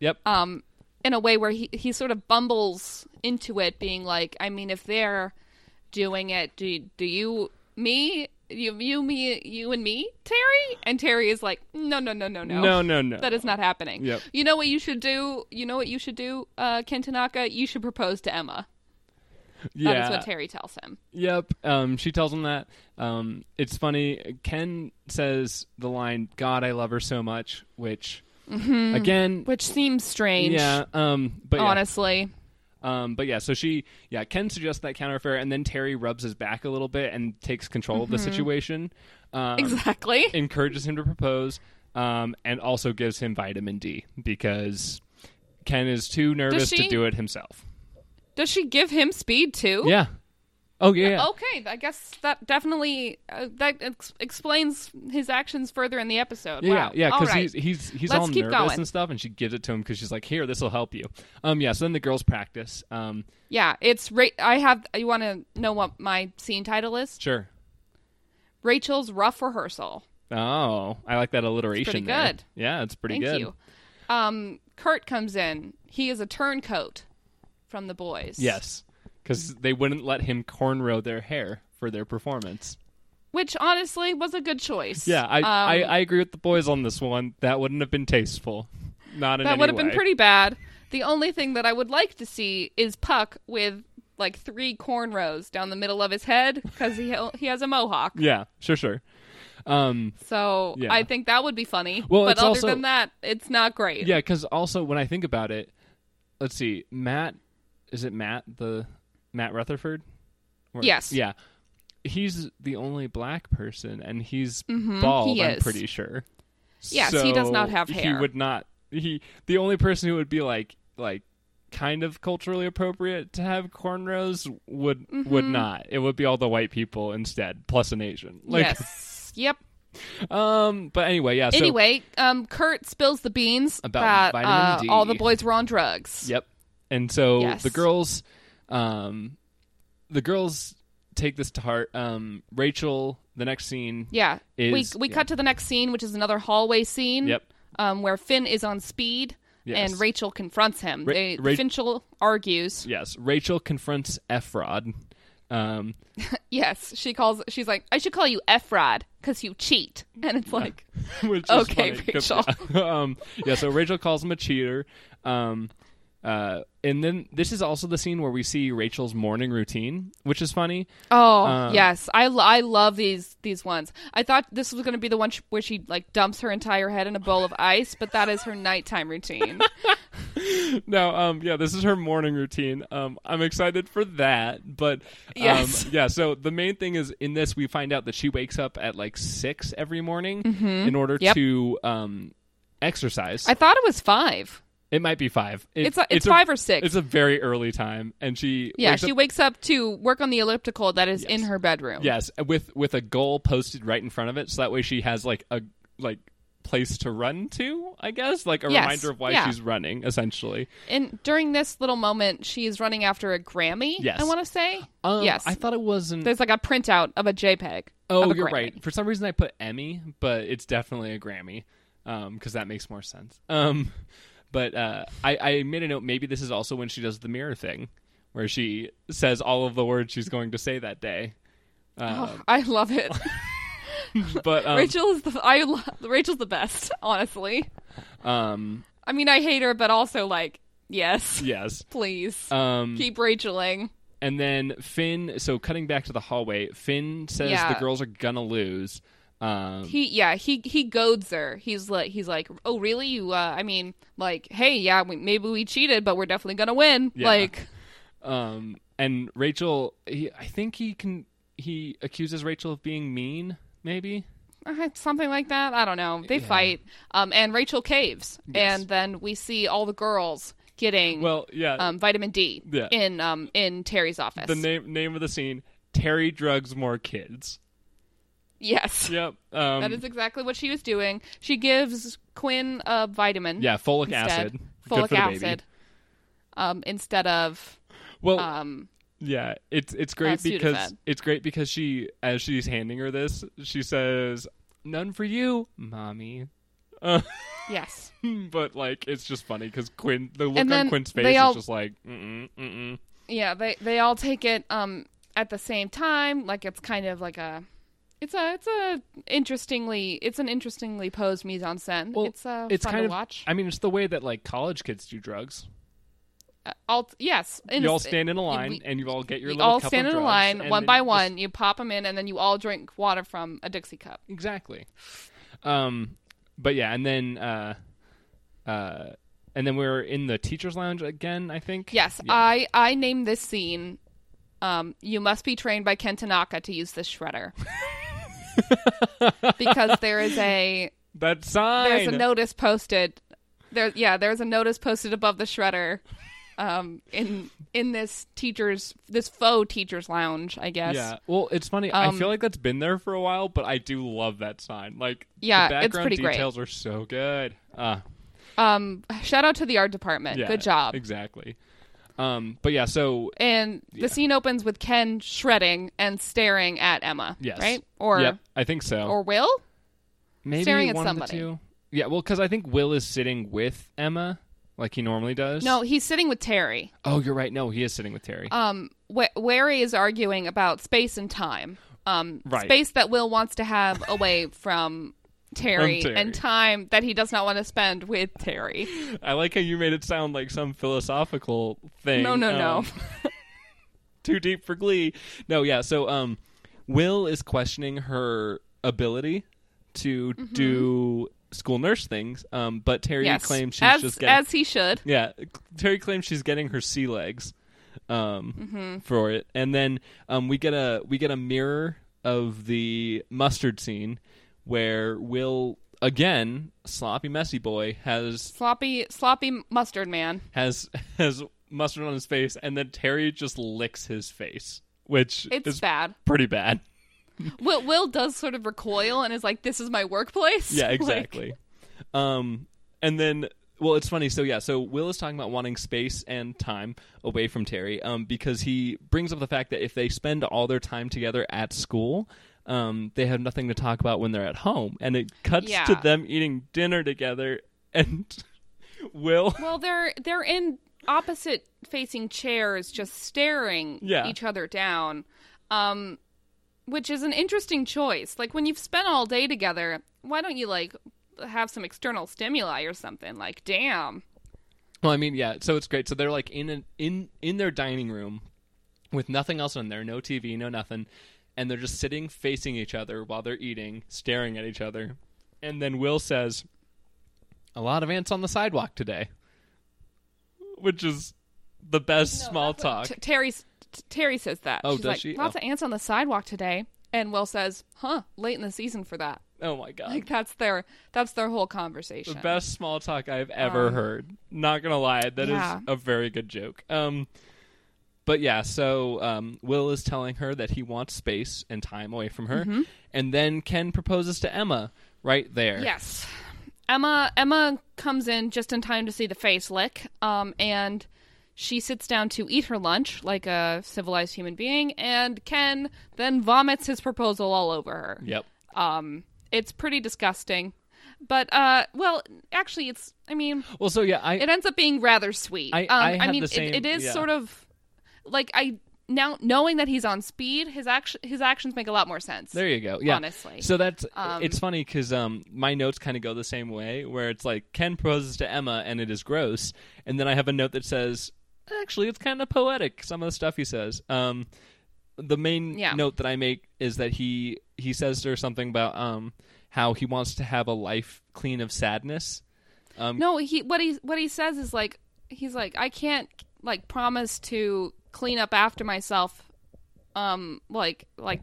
Speaker 2: Yep.
Speaker 1: um, in a way where he, he sort of bumbles into it, being like, I mean, if they're doing it, do, do you, me, you, you, me, you and me, Terry? And Terry is like, no, no, no, no, no.
Speaker 2: no, no, no.
Speaker 1: That is not happening.
Speaker 2: Yep.
Speaker 1: You know what you should do? You know what you should do, uh, Ken Tanaka? You should propose to Emma. That
Speaker 2: yeah.
Speaker 1: is what Terry tells him.
Speaker 2: Yep. Um, she tells him that. Um, it's funny. Ken says the line, God, I love her so much, which, again,
Speaker 1: Mm-hmm. Which Oh, seems strange,
Speaker 2: yeah. Um, but yeah.
Speaker 1: honestly.
Speaker 2: Um, but yeah, so she, yeah, Ken suggests that counter affair, and then Terry rubs his back a little bit and takes control of the
Speaker 1: Mm-hmm.
Speaker 2: situation, um,
Speaker 1: Exactly.
Speaker 2: encourages him to propose, um, and also gives him vitamin D because Ken is too nervous to
Speaker 1: she-
Speaker 2: do it himself.
Speaker 1: Does she give him speed too?
Speaker 2: Yeah. Oh yeah. yeah.
Speaker 1: Okay, I guess that definitely uh, that ex- explains his actions further in the episode.
Speaker 2: Yeah,
Speaker 1: wow.
Speaker 2: yeah,
Speaker 1: All
Speaker 2: because
Speaker 1: right.
Speaker 2: he's he's he's
Speaker 1: Let's
Speaker 2: all
Speaker 1: keep
Speaker 2: nervous
Speaker 1: going.
Speaker 2: and stuff, and she gives it to him because she's like, "Here, this will help you." Um, yeah. So then the girls practice. Um,
Speaker 1: yeah, it's Ra- I have. You want to know what my scene title is?
Speaker 2: sure.
Speaker 1: Rachel's rough rehearsal.
Speaker 2: Oh, I like that alliteration.
Speaker 1: pretty
Speaker 2: there.
Speaker 1: good.
Speaker 2: Yeah, it's pretty
Speaker 1: Thank
Speaker 2: good.
Speaker 1: you. um, Kurt comes in. He is a turncoat from the boys.
Speaker 2: Yes, because they wouldn't let him cornrow their hair for their performance.
Speaker 1: Which honestly was a good choice.
Speaker 2: Yeah, I,
Speaker 1: Um,
Speaker 2: I, I agree with the boys on this one. That wouldn't have been tasteful. Not in
Speaker 1: that
Speaker 2: any
Speaker 1: would have been
Speaker 2: way.
Speaker 1: pretty bad. The only thing that I would like to see is Puck with like three cornrows down the middle of his head because he he has a mohawk.
Speaker 2: Yeah, sure, sure. Um,
Speaker 1: So
Speaker 2: Yeah.
Speaker 1: I think that would be funny.
Speaker 2: Well,
Speaker 1: but
Speaker 2: it's
Speaker 1: other
Speaker 2: also-
Speaker 1: than that, it's not great.
Speaker 2: yeah, because also when I think about it, let's see, Matt, is it Matt the Matt Rutherford? Or-
Speaker 1: Yes.
Speaker 2: Yeah, he's the only black person, and he's bald.
Speaker 1: Mm-hmm, he
Speaker 2: I'm
Speaker 1: is.
Speaker 2: pretty sure.
Speaker 1: Yes, he does not
Speaker 2: So
Speaker 1: have
Speaker 2: He
Speaker 1: hair.
Speaker 2: would not. He the only person who would be like like kind of culturally appropriate to have cornrows would would
Speaker 1: Mm-hmm.
Speaker 2: not. It would be all the white people instead, plus an Asian. Like,
Speaker 1: yes. Yep.
Speaker 2: Um. But anyway, yeah. So,
Speaker 1: anyway, um, Kurt spills the beans that
Speaker 2: About vitamin
Speaker 1: uh,
Speaker 2: D.
Speaker 1: all the boys were on drugs.
Speaker 2: Yep. And so
Speaker 1: Yes.
Speaker 2: the girls, um, the girls take this to heart. Um, Rachel. The next scene.
Speaker 1: Yeah.
Speaker 2: Is-
Speaker 1: we we
Speaker 2: yeah.
Speaker 1: cut to the next scene, which is another hallway scene.
Speaker 2: Yep.
Speaker 1: Um, where Finn is on speed
Speaker 2: Yes.
Speaker 1: and Rachel confronts him.
Speaker 2: Ra-
Speaker 1: they,
Speaker 2: Ra-
Speaker 1: Finchel argues.
Speaker 2: Yes. Rachel confronts Efrod. Um,
Speaker 1: Yes, she calls. She's like, I should call you Efrod because you cheat, and it's like,
Speaker 2: which is
Speaker 1: Okay,
Speaker 2: funny 'cause- um, yeah, so Rachel calls him a cheater. Um, uh, and then this is also the scene where we see Rachel's morning routine, which is funny.
Speaker 1: oh
Speaker 2: Um,
Speaker 1: yes, I, lo- I love these these ones. I thought this was gonna be the one sh- where she like dumps her entire head in a bowl of ice, but that is her nighttime routine.
Speaker 2: No, um, yeah, this is her morning routine. Um, I'm excited for that, but um,
Speaker 1: Yes.
Speaker 2: yeah. So the main thing is in this we find out that she wakes up at like six every morning in order
Speaker 1: Mm-hmm. Yep.
Speaker 2: to um exercise.
Speaker 1: I thought it was five.
Speaker 2: it might be five. It-
Speaker 1: It's a- it's five or six.
Speaker 2: It's a very early time, and she
Speaker 1: Yeah,
Speaker 2: wakes
Speaker 1: she
Speaker 2: up-
Speaker 1: wakes up to work on the elliptical that is in her bedroom.
Speaker 2: Yes, with with a goal posted right in front of it, so that way she has like a like place to run to. I guess like a
Speaker 1: Yes,
Speaker 2: reminder of why
Speaker 1: yeah.
Speaker 2: she's running, essentially.
Speaker 1: And during this little moment, she is running after a Grammy.
Speaker 2: Yes.
Speaker 1: I want to say
Speaker 2: Um,
Speaker 1: yes.
Speaker 2: I thought it wasn't.
Speaker 1: There's like a printout of a JPEG. of
Speaker 2: oh,
Speaker 1: a
Speaker 2: you're
Speaker 1: Grammy.
Speaker 2: right. For some reason, I put Emmy, but it's definitely a Grammy because that makes more sense. Um, but uh, I, I made a note. Maybe this is also when she does the mirror thing, where she says all of the words she's going to say that day. Uh,
Speaker 1: Oh, I love it.
Speaker 2: But um,
Speaker 1: Rachel is the I lo- Rachel's the best, honestly.
Speaker 2: um,
Speaker 1: I mean, I hate her, but also like, yes,
Speaker 2: yes.
Speaker 1: please
Speaker 2: Um,
Speaker 1: keep Racheling.
Speaker 2: And then Finn, so cutting back to the hallway, Finn says
Speaker 1: Yeah.
Speaker 2: the girls are gonna lose. Um,
Speaker 1: He yeah, he he goads her. He's like he's like, "Oh, really? You uh I mean, like, hey, yeah, we, maybe we cheated, but we're definitely going to win."
Speaker 2: Yeah.
Speaker 1: Like,
Speaker 2: um, and Rachel, he, I think he can. He accuses Rachel of being mean. Maybe.
Speaker 1: uh, something like that. I don't know. They
Speaker 2: Yeah.
Speaker 1: fight. Um and Rachel caves.
Speaker 2: Yes.
Speaker 1: And then we see all the girls getting
Speaker 2: Well, yeah.
Speaker 1: um vitamin D
Speaker 2: Yeah.
Speaker 1: in um in Terry's office.
Speaker 2: the name name of the scene: Terry drugs more kids.
Speaker 1: yes.
Speaker 2: Yep. Um,
Speaker 1: That is exactly what she was doing. She gives Quinn a vitamin.
Speaker 2: yeah, folic
Speaker 1: instead.
Speaker 2: acid. Good
Speaker 1: Folic
Speaker 2: for the baby.
Speaker 1: acid. Um, instead of
Speaker 2: Well,
Speaker 1: um,
Speaker 2: Yeah, it's it's great
Speaker 1: Pseudomed.
Speaker 2: because it's great because she as she's handing her this, she says, "None for you, mommy." Uh,
Speaker 1: yes.
Speaker 2: but like, it's just funny because Quinn, the look
Speaker 1: And
Speaker 2: on
Speaker 1: then
Speaker 2: Quinn's
Speaker 1: they
Speaker 2: face
Speaker 1: all-
Speaker 2: is just like, mm mm mm.
Speaker 1: Yeah, they they all take it um at the same time. Like it's kind of like a it's a it's a interestingly it's an interestingly posed mise en scène. it's uh, fun to
Speaker 2: of
Speaker 1: watch.
Speaker 2: I mean, it's the way that like college kids do drugs.
Speaker 1: Uh, all yes, in
Speaker 2: you
Speaker 1: a
Speaker 2: all
Speaker 1: s-
Speaker 2: stand in a
Speaker 1: you-
Speaker 2: line
Speaker 1: we-
Speaker 2: and you all get your
Speaker 1: you
Speaker 2: little
Speaker 1: all
Speaker 2: cup
Speaker 1: stand
Speaker 2: of
Speaker 1: in a
Speaker 2: drugs
Speaker 1: line
Speaker 2: and
Speaker 1: one
Speaker 2: then
Speaker 1: by
Speaker 2: you just-
Speaker 1: one. You pop them in, and then you all drink water from a Dixie cup.
Speaker 2: Exactly. Um, but yeah, and then uh, uh, and then we're in the teachers' lounge again. I think.
Speaker 1: Yes, uh,
Speaker 2: Yeah.
Speaker 1: I I named this scene. Um, you must be trained by Ken Tanaka to use this shredder because there is a
Speaker 2: that sign.
Speaker 1: there's a notice posted. There, yeah, there's a notice posted above the shredder. Um, in in this teachers this faux teachers lounge, I guess.
Speaker 2: Yeah. Well, it's funny. I
Speaker 1: Um,
Speaker 2: feel like that's been there for a while, but I do love that sign. Like,
Speaker 1: Yeah,
Speaker 2: the
Speaker 1: it's
Speaker 2: background
Speaker 1: pretty great.
Speaker 2: details are so good. Uh,
Speaker 1: Um, shout out to the art department.
Speaker 2: yeah,
Speaker 1: Good job.
Speaker 2: Exactly. Um, but yeah, so
Speaker 1: And the scene opens with Ken shredding and staring at Emma.
Speaker 2: yes,
Speaker 1: Right? Or
Speaker 2: yep, I think so.
Speaker 1: or Will?
Speaker 2: Maybe
Speaker 1: staring at
Speaker 2: one of the
Speaker 1: somebody.
Speaker 2: two. Yeah, well, because I think Will is sitting with Emma like he normally does.
Speaker 1: No, he's sitting with Terry.
Speaker 2: Oh, you're right. No, he is sitting with Terry.
Speaker 1: Um, Wa- Wary is arguing about space and time. Um,
Speaker 2: Right.
Speaker 1: space that Will wants to have away from Terry,
Speaker 2: Terry.
Speaker 1: and time that he does not want to spend with Terry.
Speaker 2: I like how you made it sound like some philosophical thing.
Speaker 1: No, no, no.
Speaker 2: Um, too deep for glee. No, yeah. So, um, Will is questioning her ability to do school nurse things, um, but Terry
Speaker 1: Mm-hmm. yes,
Speaker 2: claims she's
Speaker 1: as
Speaker 2: just getting.
Speaker 1: as he should.
Speaker 2: Yeah, Terry claims she's getting her sea legs um,
Speaker 1: Mm-hmm.
Speaker 2: for it, and then um, we get a we get a mirror of the mustard scene where Will again sloppy messy boy has
Speaker 1: Sloppy, sloppy mustard man.
Speaker 2: has has mustard on his face, and then Terry just licks his face, which
Speaker 1: It's
Speaker 2: is
Speaker 1: bad.
Speaker 2: pretty bad.
Speaker 1: Will, Will does sort of recoil and is like, "This is my workplace."
Speaker 2: Yeah,
Speaker 1: Like,
Speaker 2: exactly. um, and then, well, it's funny. So yeah, so Will is talking about wanting space and time away from Terry, um, because he brings up the fact that if they spend all their time together at school. Um, they have nothing to talk about when they're at home, and it cuts to
Speaker 1: Yeah.
Speaker 2: them eating dinner together. And Will
Speaker 1: well, they're they're in opposite facing chairs, just staring
Speaker 2: Yeah.
Speaker 1: each other down, um, which is an interesting choice. Like when you've spent all day together, why don't you like have some external stimuli or something? Like, damn,
Speaker 2: Well, I mean, yeah. So it's great. So they're like in an, in in their dining room with nothing else on there, no TV, no nothing, and they're just sitting facing each other while they're eating, staring at each other. And then Will says, "A lot of ants on the sidewalk today," which is the best small talk.
Speaker 1: T- Terry s- t- Terry says that.
Speaker 2: Oh,
Speaker 1: She's
Speaker 2: does
Speaker 1: like,
Speaker 2: she?
Speaker 1: Lots
Speaker 2: Oh.
Speaker 1: of ants on the sidewalk today, and Will says, "Huh, late in the season for that."
Speaker 2: oh my god.
Speaker 1: Like that's their that's their whole conversation.
Speaker 2: the best small talk I've ever
Speaker 1: Um,
Speaker 2: heard. Not gonna lie, that is
Speaker 1: yeah.
Speaker 2: a very good joke. Um, but yeah, so um, Will is telling her that he wants space and time away from her,
Speaker 1: Mm-hmm.
Speaker 2: and then Ken proposes to Emma right there.
Speaker 1: Yes. Emma Emma comes in just in time to see the face lick, um, and she sits down to eat her lunch like a civilized human being, and Ken then vomits his proposal all over her.
Speaker 2: Yep.
Speaker 1: Um, it's pretty disgusting, but uh, well, actually, it's I mean,
Speaker 2: Well, so yeah, I
Speaker 1: it ends up being rather sweet.
Speaker 2: I-
Speaker 1: um,
Speaker 2: I had
Speaker 1: mean,
Speaker 2: the same-
Speaker 1: it, it is
Speaker 2: yeah.
Speaker 1: sort of like I now knowing that he's on speed, his action his actions make a lot more sense.
Speaker 2: There you go. Yeah.
Speaker 1: Honestly.
Speaker 2: So that's
Speaker 1: Um,
Speaker 2: it's funny because um, my notes kind of go the same way, where it's like Ken proposes to Emma and it is gross, and then I have a note that says actually it's kind of poetic some of the stuff he says. Um, the main
Speaker 1: Yeah.
Speaker 2: note that I make is that he he says to her something about um, how he wants to have a life clean of sadness. Um,
Speaker 1: No, he what he what he says is like he's like I can't like promise to clean up after myself. Um, like like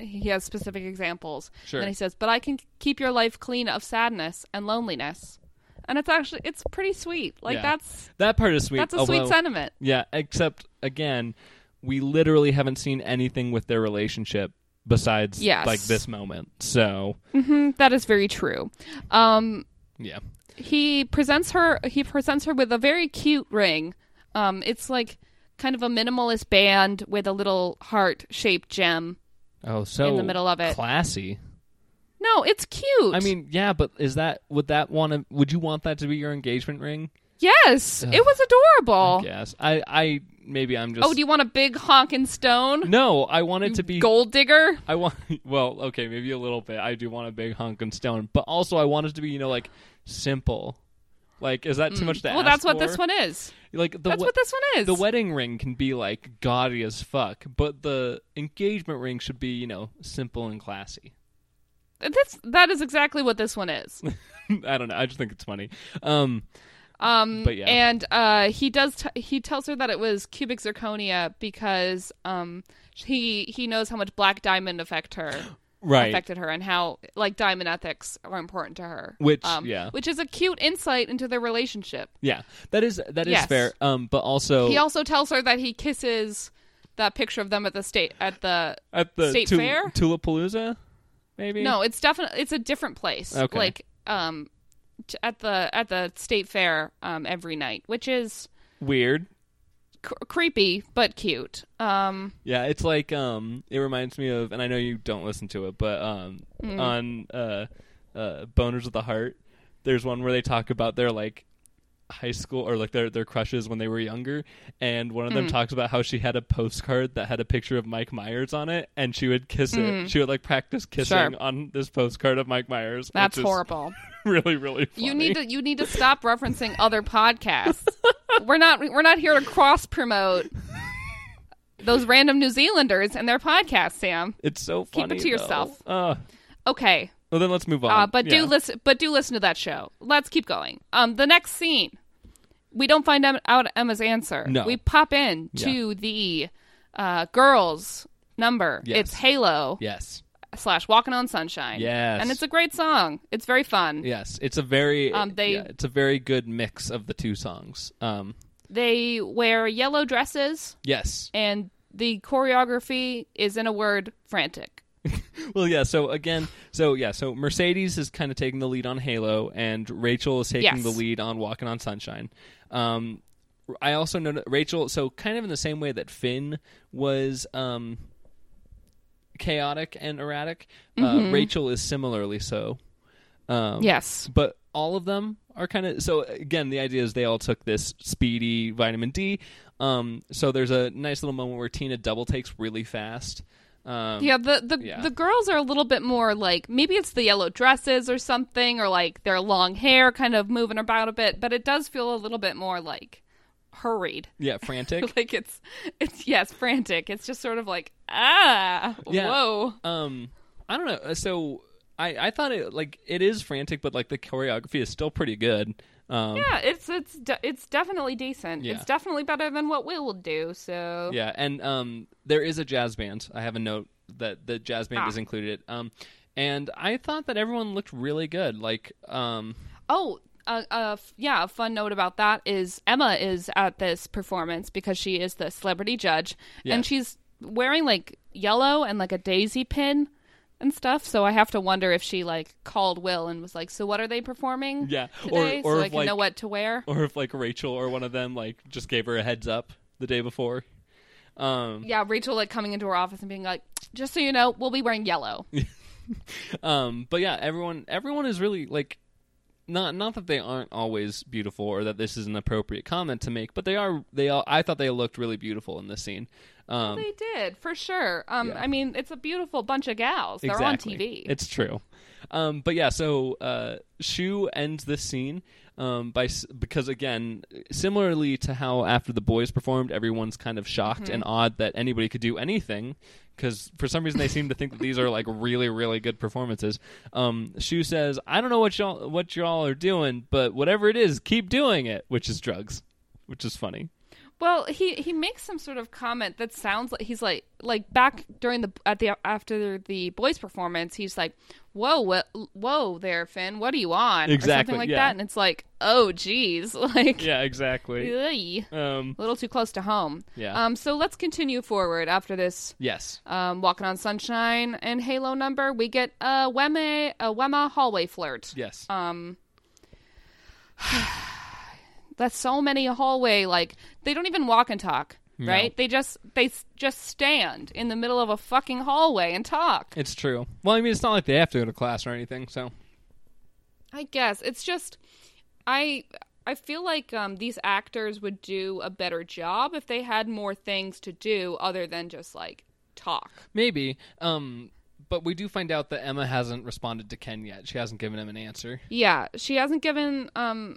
Speaker 1: he has specific examples.
Speaker 2: Sure.
Speaker 1: And he says, but I can keep your life clean of sadness and loneliness. And it's actually it's pretty sweet. Like
Speaker 2: Yeah.
Speaker 1: that's
Speaker 2: That part is sweet.
Speaker 1: that's a sweet
Speaker 2: although-
Speaker 1: sentiment.
Speaker 2: Yeah, except again, we literally haven't seen anything with their relationship besides
Speaker 1: Yes.
Speaker 2: like this moment. So
Speaker 1: hmm that is very true. Um,
Speaker 2: yeah,
Speaker 1: he presents her he presents her with a very cute ring um it's like kind of a minimalist band with a little heart shaped gem
Speaker 2: Oh, so
Speaker 1: In the middle of it.
Speaker 2: classy.
Speaker 1: no it's cute
Speaker 2: I mean, yeah, but is that would that want to? Would you want that to be your engagement ring?
Speaker 1: yes it was adorable
Speaker 2: Yes, I, I maybe I'm just.
Speaker 1: oh do you want a big honkin' stone
Speaker 2: no, I want it to be.
Speaker 1: gold digger
Speaker 2: I want. Well, okay, maybe a little bit. I do want a big hunk and stone, but also I want it to be, you know, like simple. Like, is that too much to
Speaker 1: Mm. well
Speaker 2: ask
Speaker 1: that's what
Speaker 2: for?
Speaker 1: this one is
Speaker 2: Like the
Speaker 1: that's
Speaker 2: we-
Speaker 1: what this one is
Speaker 2: the wedding ring can be like gaudy as fuck, but the engagement ring should be, you know, simple and classy.
Speaker 1: that's that is exactly what this one is
Speaker 2: I don't know. I just think it's funny. Um,
Speaker 1: Um,
Speaker 2: But yeah.
Speaker 1: and uh, he does. T- he tells her that it was cubic zirconia because um, he he knows how much black diamond affect her,
Speaker 2: right.
Speaker 1: affected her, and how like diamond ethics are important to her.
Speaker 2: Which-
Speaker 1: um,
Speaker 2: yeah.
Speaker 1: which is a cute insight into their relationship.
Speaker 2: Yeah, that is that is
Speaker 1: Yes.
Speaker 2: fair. Um, but also
Speaker 1: He also tells her that he kisses that picture of them at the state at the.
Speaker 2: at the
Speaker 1: State
Speaker 2: Tul-
Speaker 1: Fair?
Speaker 2: Tulapalooza, maybe.
Speaker 1: No, it's definitely it's a different place.
Speaker 2: Okay.
Speaker 1: Like um, t- at the at the state fair um every night, which is
Speaker 2: weird.
Speaker 1: cr- creepy but cute. Um.
Speaker 2: Yeah, it's like um, it reminds me of, and
Speaker 1: Mm.
Speaker 2: I know you don't listen to it, but um, on uh, uh, Boners of the Heart, There's one where they talk about their like high school or like their their crushes when they were younger, and one of
Speaker 1: Mm.
Speaker 2: them talks about how she had a postcard that had a picture of Mike Myers on it, and she would kiss it. She would like practice kissing
Speaker 1: Mm. Sure.
Speaker 2: on this postcard of Mike Myers.
Speaker 1: That's
Speaker 2: which is
Speaker 1: horrible.
Speaker 2: Really, really. Funny.
Speaker 1: You need to you need to stop referencing other podcasts. we're not we're not here to cross promote those random New Zealanders and their podcasts, Sam.
Speaker 2: It's so
Speaker 1: Keep it
Speaker 2: funny.
Speaker 1: to yourself.
Speaker 2: though. Uh,
Speaker 1: Okay.
Speaker 2: well, then let's move on.
Speaker 1: Uh, but
Speaker 2: Um, Yeah.
Speaker 1: do listen but do listen to that show. Let's keep going. Um the next scene. We don't find em- out Emma's answer.
Speaker 2: No.
Speaker 1: We pop in to the uh, girls number.
Speaker 2: Yes.
Speaker 1: It's Halo
Speaker 2: Yes.
Speaker 1: slash Walking on Sunshine.
Speaker 2: Yes.
Speaker 1: And it's a great song. It's very fun.
Speaker 2: Yes, it's a very
Speaker 1: Um, they-
Speaker 2: yeah, it's a very good mix of the two songs. Um,
Speaker 1: They wear yellow dresses.
Speaker 2: yes.
Speaker 1: and the choreography is in a word frantic.
Speaker 2: Well, yeah. So again, so yeah, so Mercedes is kind of taking the lead on Halo, and Rachel is taking
Speaker 1: Yes.
Speaker 2: the lead on Walking on Sunshine. Um, I also know Rachel. So kind of in the same way that Finn was um, chaotic and erratic,
Speaker 1: Mm-hmm.
Speaker 2: uh, Rachel is similarly so. Um,
Speaker 1: Yes.
Speaker 2: but all of them are kind of so again the idea is they all took this speedy vitamin d um, so there's a nice little moment where tina double takes really fast um,
Speaker 1: Yeah, the the,
Speaker 2: Yeah.
Speaker 1: the girls are a little bit more like maybe it's the yellow dresses or something or like their long hair kind of moving about a bit, but it does feel a little bit more like hurried.
Speaker 2: yeah frantic
Speaker 1: Like it's it's yes, frantic. It's just sort of like ah,
Speaker 2: Yeah.
Speaker 1: whoa.
Speaker 2: um, i don't know so I, I thought it like it is frantic but like the choreography is still pretty good um,
Speaker 1: Yeah, it's it's de- it's definitely decent.
Speaker 2: Yeah.
Speaker 1: It's definitely better than what Will would do. So
Speaker 2: Yeah, and um, there is a jazz band. I have a note that the jazz band
Speaker 1: Ah.
Speaker 2: is included. Um, and I thought that everyone looked really good. Like, um,
Speaker 1: Oh, uh, uh, f- yeah. A fun note about that is Emma is at this performance because she is the celebrity judge,
Speaker 2: Yeah.
Speaker 1: and she's wearing like yellow and like a daisy pin and stuff. So I have to wonder if she like called Will and was like, "So what are they performing?
Speaker 2: Yeah, or-
Speaker 1: today,
Speaker 2: or
Speaker 1: so
Speaker 2: if,
Speaker 1: I can
Speaker 2: like-
Speaker 1: know what to wear."
Speaker 2: or if like Rachel or one of them like just gave her a heads up the day before. Um,
Speaker 1: Yeah, Rachel like coming into her office and being like, "Just so you know, we'll be wearing yellow."
Speaker 2: um, but yeah, everyone everyone is really like not not that they aren't always beautiful or that this is an appropriate comment to make, but they are they all I thought they looked really beautiful in this scene. Um,
Speaker 1: they did for sure. Um,
Speaker 2: Yeah.
Speaker 1: I mean, it's a beautiful bunch of gals. They're on TV.
Speaker 2: It's true. Um, but yeah, so uh, Shu ends this scene um, by s- because again, similarly to how after the boys performed, everyone's kind of shocked
Speaker 1: Mm-hmm.
Speaker 2: and awed that anybody could do anything because for some reason they seem to think that these are like really really good performances. Um, Shu says, "I don't know what y'all what y'all are doing, but whatever it is, keep doing it," which is drugs, which is funny.
Speaker 1: Well, he he makes some sort of comment that sounds like he's like like back during the at the after the boys' performance, he's like, "Whoa, wha- whoa there, Finn, what are you on?" or
Speaker 2: Exactly,
Speaker 1: something like
Speaker 2: yeah.
Speaker 1: that, and it's like, "Oh, geez, like,
Speaker 2: Yeah, exactly.
Speaker 1: ugh,
Speaker 2: Um,
Speaker 1: a little too close to home."
Speaker 2: Yeah.
Speaker 1: Um. So let's continue forward after this.
Speaker 2: yes.
Speaker 1: Um, walking on sunshine and Halo number, we get a Wema a Wema hallway flirt.
Speaker 2: Yes.
Speaker 1: Um, that's so many hallway. Like they don't even walk and talk, right? They just they s- just stand in the middle of a fucking hallway and talk.
Speaker 2: it's true. Well, I mean, it's not like they have to go to class or anything, so.
Speaker 1: I guess it's just I I feel like um, these actors would do a better job if they had more things to do other than just like talk.
Speaker 2: Maybe. Um, but we do find out that Emma hasn't responded to Ken yet. She hasn't given him an answer.
Speaker 1: Yeah, she hasn't given um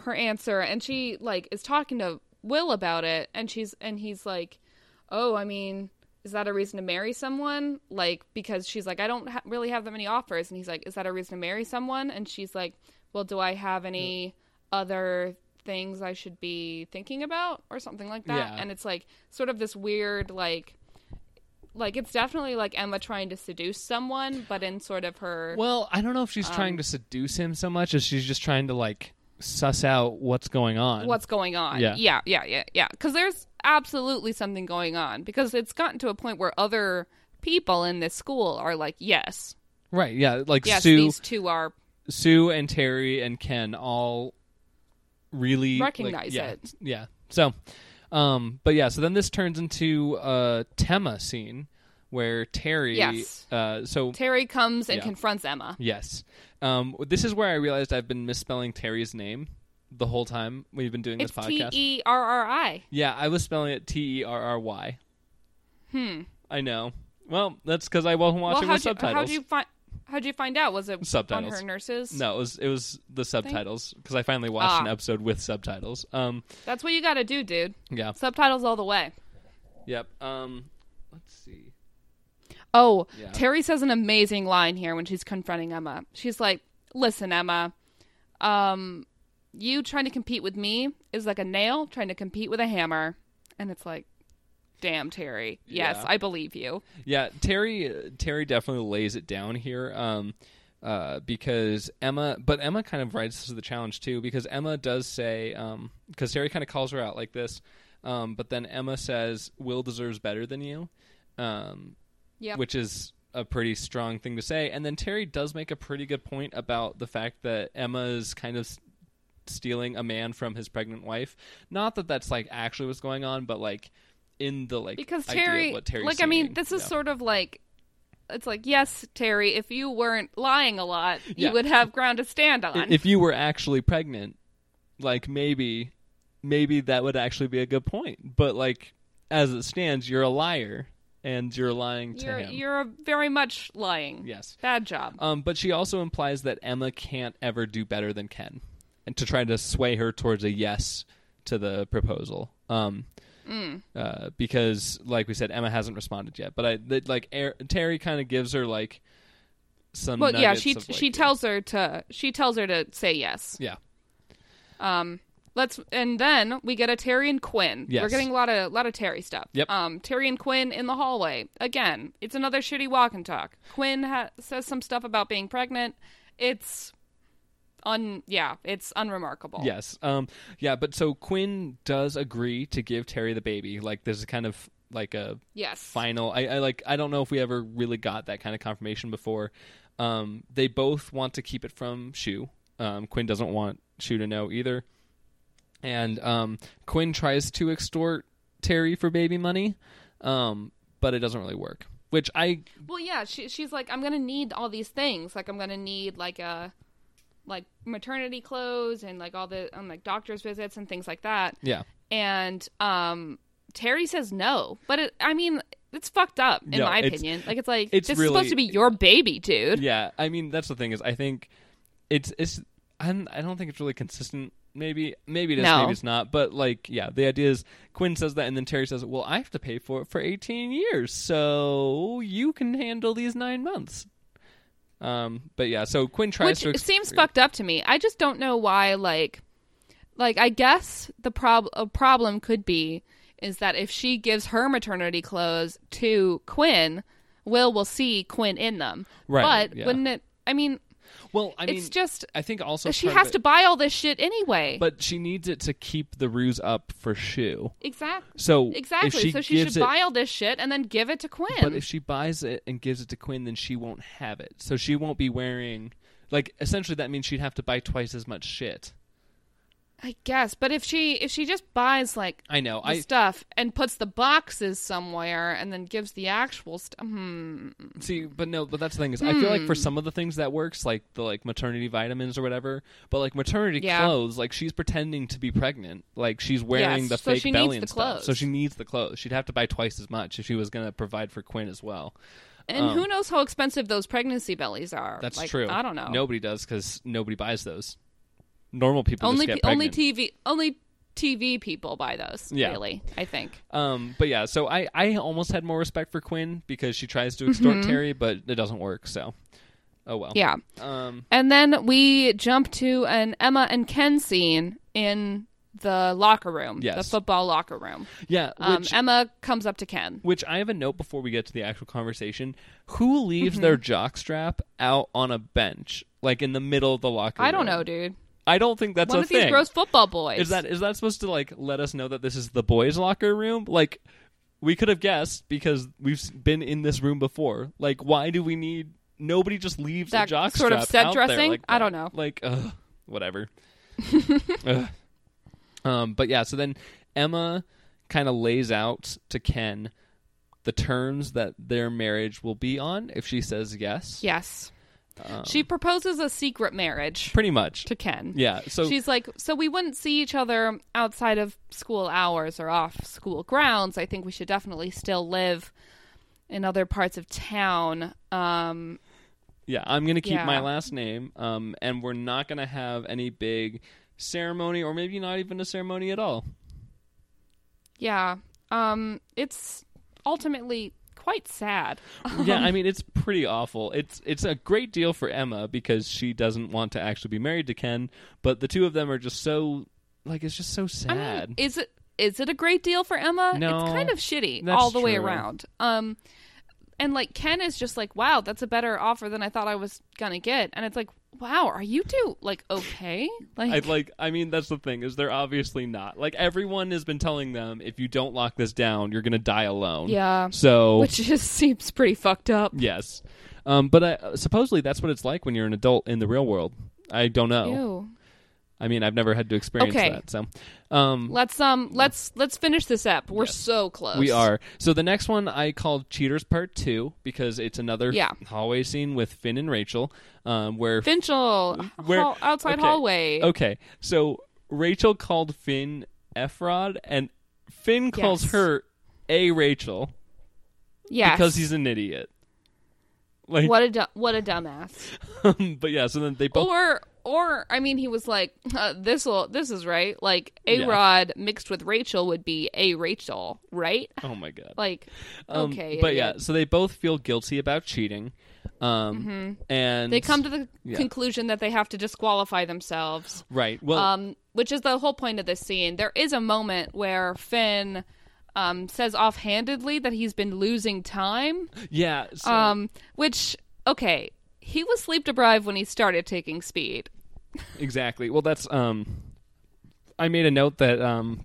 Speaker 1: her answer and she like is talking to Will about it and she's and he's like, "Oh, I mean, is that a reason to marry someone?" Like because she's like, "I don't ha- really have that many offers." And he's like, "Is that a reason to marry someone?" And she's like, "Well, do I have any other things I should be thinking about or something like that?"
Speaker 2: Yeah.
Speaker 1: And it's like sort of this weird like like it's definitely like Emma trying to seduce someone, but in sort of her
Speaker 2: Well, I don't know if she's trying to seduce him so much as she's just trying to like suss out what's going on.
Speaker 1: what's going on.
Speaker 2: Yeah.
Speaker 1: yeah, yeah, yeah. Because there's absolutely something going on. Because it's gotten to a point where other people in this school are like, yes,
Speaker 2: right? Yeah, like
Speaker 1: yes,
Speaker 2: Sue,
Speaker 1: these two are.
Speaker 2: Sue and Terry and Ken all really like,
Speaker 1: Recognize
Speaker 2: yeah,
Speaker 1: it.
Speaker 2: Yeah. So, um, but yeah. So then this turns into a Tema scene where Terry.
Speaker 1: Yes.
Speaker 2: Uh, so
Speaker 1: Terry comes and
Speaker 2: Yeah.
Speaker 1: confronts Emma.
Speaker 2: yes, um, this is where I realized I've been misspelling Terry's name the whole time we've been doing
Speaker 1: It's
Speaker 2: this
Speaker 1: T
Speaker 2: podcast.
Speaker 1: E R R I.
Speaker 2: yeah, I was spelling it T E R R Y. Hmm. I know. Well, that's because I wasn't
Speaker 1: Well,
Speaker 2: watching
Speaker 1: how'd
Speaker 2: the
Speaker 1: you,
Speaker 2: subtitles.
Speaker 1: how'd you find? How'd you find out? Was it
Speaker 2: Subtitles.
Speaker 1: on her nurses?
Speaker 2: No, it was it was the subtitles because I finally watched an
Speaker 1: Ah.
Speaker 2: episode with subtitles. Um,
Speaker 1: That's what you got to do, dude.
Speaker 2: yeah,
Speaker 1: Subtitles all the way.
Speaker 2: yep. Um, let's see.
Speaker 1: Oh,
Speaker 2: Yeah.
Speaker 1: Terry says an amazing line here when she's confronting Emma. She's like, "Listen, Emma, um, you trying to compete with me is like a nail trying to compete with a hammer." And it's like, "Damn, Terry. Yes,
Speaker 2: Yeah.
Speaker 1: I believe you."
Speaker 2: Yeah, Terry uh, Terry definitely lays it down here. Um, uh, because Emma, but Emma kind of rises to the challenge too because Emma does say, um, because Terry kind of calls her out like this, um, but then Emma says, "Will deserves better than you," um,
Speaker 1: Yep.
Speaker 2: which is a pretty strong thing to say. And then Terry does make a pretty good point about the fact that Emma is kind of s- stealing a man from his pregnant wife. Not that that's like actually what's going on, but like in the like
Speaker 1: because
Speaker 2: idea of
Speaker 1: Terry,
Speaker 2: what Terry's
Speaker 1: like, I mean,
Speaker 2: saying.
Speaker 1: this is
Speaker 2: Yeah.
Speaker 1: sort of like, it's like, yes, Terry, if you weren't lying a lot, you
Speaker 2: Yeah.
Speaker 1: would have ground to stand on.
Speaker 2: if you were actually pregnant, like maybe maybe that would actually be a good point. But like as it stands, you're a liar and you're lying to
Speaker 1: you're
Speaker 2: him.
Speaker 1: you're very much lying.
Speaker 2: yes.
Speaker 1: Bad job.
Speaker 2: Um, but she also implies that Emma can't ever do better than Ken, and to try to sway her towards a yes to the proposal. Um,
Speaker 1: Mm.
Speaker 2: uh, because, like we said, Emma hasn't responded yet. But I that, like Air, Terry kind of gives her like some.
Speaker 1: well, yeah,
Speaker 2: nuggets
Speaker 1: she
Speaker 2: of, like,
Speaker 1: she tells her to she tells her to say yes.
Speaker 2: Yeah,
Speaker 1: Um, let's and then we get a Terry and Quinn.
Speaker 2: Yes.
Speaker 1: We're getting a lot of lot of Terry stuff.
Speaker 2: Yep.
Speaker 1: Um, Terry and Quinn in the hallway again. It's another shitty walk and talk. Quinn ha- says some stuff about being pregnant. It's un yeah, it's unremarkable.
Speaker 2: Yes. Um. Yeah. But so Quinn does agree to give Terry the baby. Like there's a kind of like a
Speaker 1: Yes.
Speaker 2: final. I, I like. I don't know if we ever really got that kind of confirmation before. Um. They both want to keep it from Shu. Um. Quinn doesn't want Shu to know either. And um. Quinn tries to extort Terry for baby money. Um. But it doesn't really work. Which I
Speaker 1: Well, yeah, she, she's like, I'm gonna need all these things. Like, I'm gonna need like a like maternity clothes and like all the um, like doctor's visits and things like that.
Speaker 2: yeah.
Speaker 1: And um, Terry says no, but it, I mean, it's fucked up in
Speaker 2: No,
Speaker 1: my
Speaker 2: it's-
Speaker 1: opinion. Like, it's like
Speaker 2: it's
Speaker 1: this is
Speaker 2: really-
Speaker 1: supposed to be your baby, dude.
Speaker 2: yeah i mean that's the thing is i think it's it's I'm, i don't think it's really consistent maybe maybe it is
Speaker 1: No.
Speaker 2: maybe it's not but like yeah the idea is quinn says that and then terry says well i have to pay for it for 18 years so you can handle these nine months um but yeah so quinn tries
Speaker 1: Which
Speaker 2: to ex-
Speaker 1: seems fucked up to me. I just don't know why. Like, like I guess the prob- a problem could be is that if she gives her maternity clothes to Quinn, Will will see Quinn in them.
Speaker 2: Right,
Speaker 1: But
Speaker 2: yeah.
Speaker 1: wouldn't it? I mean,
Speaker 2: well i mean
Speaker 1: it's just
Speaker 2: i think also
Speaker 1: she
Speaker 2: part of
Speaker 1: has to
Speaker 2: it-
Speaker 1: buy all this shit anyway.
Speaker 2: but she needs it to keep the ruse up for shoe
Speaker 1: exactly.
Speaker 2: so if
Speaker 1: Exactly.
Speaker 2: she
Speaker 1: so she
Speaker 2: gives
Speaker 1: should
Speaker 2: it-
Speaker 1: buy all this shit and then give it to Quinn.
Speaker 2: But if she buys it and gives it to Quinn, then she won't have it. So she won't be wearing like essentially that means she'd have to buy twice as much shit.
Speaker 1: I guess. But if she if she just buys like
Speaker 2: I know.
Speaker 1: the
Speaker 2: I
Speaker 1: stuff and puts the boxes somewhere and then gives the actual stuff. Hmm.
Speaker 2: see, but no, but that's the thing is I feel like for some of the things that works, like the like maternity vitamins or whatever, but like maternity
Speaker 1: Yeah.
Speaker 2: clothes, like she's pretending to be pregnant. Like she's wearing
Speaker 1: Yes,
Speaker 2: the
Speaker 1: so
Speaker 2: fake
Speaker 1: she
Speaker 2: belly
Speaker 1: needs
Speaker 2: and
Speaker 1: the
Speaker 2: stuff. So
Speaker 1: clothes.
Speaker 2: she needs the clothes. She'd have to buy twice as much if she was gonna provide for Quinn as well.
Speaker 1: And who knows how expensive those pregnancy bellies are?
Speaker 2: Um, That's
Speaker 1: Like,
Speaker 2: true.
Speaker 1: I don't know.
Speaker 2: Nobody does because nobody buys those. Normal people
Speaker 1: only
Speaker 2: just get
Speaker 1: pe- only
Speaker 2: pregnant.
Speaker 1: TV only TV people buy those.
Speaker 2: Yeah.
Speaker 1: Really, I think.
Speaker 2: Um, but yeah, so I, I almost had more respect for Quinn because she tries to extort
Speaker 1: Mm-hmm.
Speaker 2: Terry, but it doesn't work. So, oh well.
Speaker 1: Yeah.
Speaker 2: Um,
Speaker 1: And then we jump to an Emma and Ken scene in the locker room,
Speaker 2: Yes.
Speaker 1: the football locker room.
Speaker 2: yeah.
Speaker 1: Um,
Speaker 2: Which,
Speaker 1: Emma comes up to Ken.
Speaker 2: which I have a note before we get to the actual conversation. Who
Speaker 1: Mm-hmm.
Speaker 2: leaves their jockstrap out on a bench, like in the middle of the locker?
Speaker 1: I don't
Speaker 2: room?
Speaker 1: know, dude.
Speaker 2: I don't think that's
Speaker 1: One
Speaker 2: a
Speaker 1: of
Speaker 2: thing.
Speaker 1: these gross football boys.
Speaker 2: Is that is that supposed to like let us know that this is the boys' locker room? Like we could have guessed because we've s- been in this room before. Like why do we need nobody just leaves
Speaker 1: That
Speaker 2: a jockstrap
Speaker 1: sort of set
Speaker 2: out there
Speaker 1: dressing?
Speaker 2: like
Speaker 1: I
Speaker 2: that?
Speaker 1: don't know.
Speaker 2: Like ugh, whatever. Ugh. Um, but yeah, so then Emma kind of lays out to Ken the terms that their marriage will be on if she says yes.
Speaker 1: Yes. she proposes a secret marriage
Speaker 2: Pretty much.
Speaker 1: to Ken.
Speaker 2: Um, Yeah. So
Speaker 1: She's like, so we wouldn't see each other outside of school hours or off school grounds. I think we should definitely still live in other parts of town. Um,
Speaker 2: yeah, I'm going to keep my
Speaker 1: Yeah.
Speaker 2: last name um and we're not going to have any big ceremony or maybe not even a ceremony at all.
Speaker 1: yeah. Um, it's ultimately quite sad.
Speaker 2: yeah, I mean it's pretty awful. It's it's a great deal for Emma because she doesn't want to actually be married to Ken, but the two of them are just so like it's just so sad.
Speaker 1: I mean, is it is it a great deal for Emma?
Speaker 2: No,
Speaker 1: it's kind of shitty
Speaker 2: that's
Speaker 1: all the way
Speaker 2: true.
Speaker 1: around. Um, and like Ken is just like, wow, that's a better offer than I thought I was gonna get. And it's like, wow, are you two like okay?
Speaker 2: I like I mean that's the thing is they're obviously not. Like everyone has been telling them if you don't lock this down, you're going to die alone.
Speaker 1: yeah,
Speaker 2: So
Speaker 1: which just seems pretty fucked up.
Speaker 2: yes. Um but I, supposedly that's what it's like when you're an adult in the real world. I don't know.
Speaker 1: Ew.
Speaker 2: I mean, I've never had to experience
Speaker 1: Okay.
Speaker 2: that. So um
Speaker 1: Let's um let's let's finish this up. We're so close.
Speaker 2: We are. So the next one I called Cheaters Part 2 because it's another
Speaker 1: Yeah.
Speaker 2: hallway scene with Finn and Rachel um, where
Speaker 1: Finchel
Speaker 2: Where-
Speaker 1: hall- outside
Speaker 2: okay. Oh,
Speaker 1: hallway.
Speaker 2: Okay. So Rachel called Finn Efrod and Finn calls
Speaker 1: Yes.
Speaker 2: her a Rachel
Speaker 1: Yes.
Speaker 2: because he's an idiot. Like
Speaker 1: what a du- what a dumbass.
Speaker 2: but yeah, so then they both
Speaker 1: Or or I mean, he was like, uh, "This will this is right." Like a
Speaker 2: Yeah.
Speaker 1: Rod mixed with Rachel would be a Rachel, right?
Speaker 2: Oh my god.
Speaker 1: Like,
Speaker 2: Um,
Speaker 1: okay,
Speaker 2: But yeah,
Speaker 1: idiot.
Speaker 2: so they both feel guilty about cheating. Um and
Speaker 1: Mm-hmm. they come to the
Speaker 2: yeah.
Speaker 1: conclusion that they have to disqualify themselves.
Speaker 2: Right. Well,
Speaker 1: um, which is the whole point of this scene. There is a moment where Finn um, says offhandedly that he's been losing time,
Speaker 2: yeah. So,
Speaker 1: um, which okay, he was sleep deprived when he started taking speed.
Speaker 2: Exactly. Well, that's um I made a note that um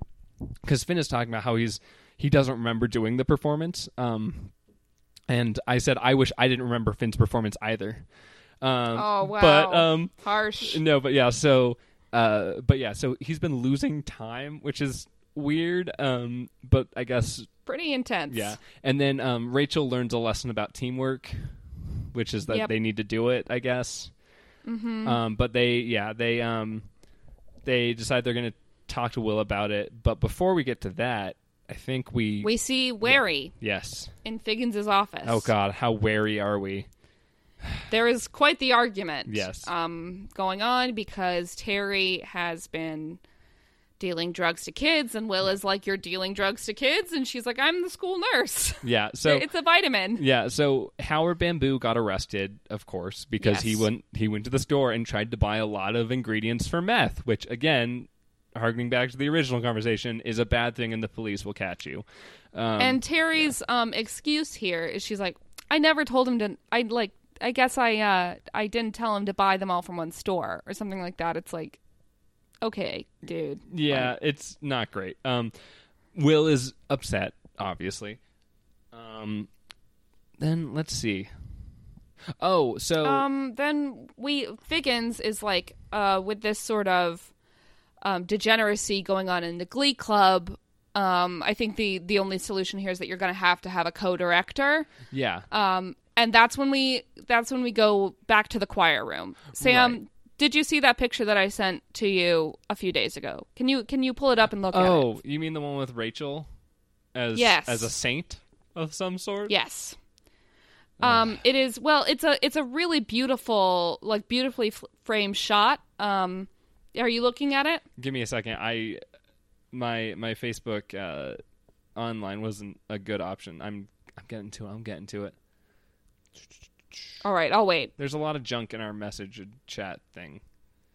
Speaker 2: cuz Finn is talking about how he's he doesn't remember doing the performance. Um and I said I wish I didn't remember Finn's performance either. Um
Speaker 1: Oh, wow.
Speaker 2: But um
Speaker 1: Harsh.
Speaker 2: no, but yeah, so uh but yeah, so he's been losing time, which is weird um but I guess
Speaker 1: Pretty intense.
Speaker 2: yeah. And then um Rachel learns a lesson about teamwork, which is that
Speaker 1: Yep. Mm-hmm.
Speaker 2: they need to do it, I guess. Um, but they, yeah, they, um, they decide they're going to talk to Will about it. But before we get to that, I think we,
Speaker 1: We see Wary
Speaker 2: yes.
Speaker 1: in Figgins' office.
Speaker 2: Oh God, how wary are we?
Speaker 1: There is quite the argument
Speaker 2: Yes.
Speaker 1: um, going on because Terry has been dealing drugs to kids, and Will is like, You're dealing drugs to kids? And she's like, I'm the school nurse.
Speaker 2: Yeah. So
Speaker 1: it's a vitamin.
Speaker 2: yeah. So Howard Bamboo got arrested, of course, because he
Speaker 1: Yes.
Speaker 2: went he went to the store and tried to buy a lot of ingredients for meth, which again. Harkening back to the original conversation is a bad thing, and the police will catch you. Um,
Speaker 1: And Terry's um, excuse here is she's like, I never told him to, I like, I guess I uh I didn't tell him to buy them all from one store or something like that. It's like, okay, dude.
Speaker 2: Yeah, it's not great. Um, Will is upset, obviously. Um, then let's see. Oh, so
Speaker 1: Um, then we Figgins is like uh, with this sort of um, degeneracy going on in the Glee Club. Um, I think the the only solution here is that you're going to have to have a co-director.
Speaker 2: yeah,
Speaker 1: Um, and that's when we that's when we go back to the choir room. Sam,
Speaker 2: Right.
Speaker 1: did you see that picture that I sent to you a few days ago? Can you can you pull it up and look at it?
Speaker 2: oh, you mean the one with Rachel as
Speaker 1: Yes.
Speaker 2: as a saint of some sort?
Speaker 1: Yes. Um, it is well. It's a it's a really beautiful, like beautifully f- framed shot. Um, are you looking at it?
Speaker 2: Give me a second. I my my Facebook uh, online wasn't a good option. I'm I'm getting to it. I'm getting to it.
Speaker 1: All right, I'll wait.
Speaker 2: There's a lot of junk in our message and chat thing.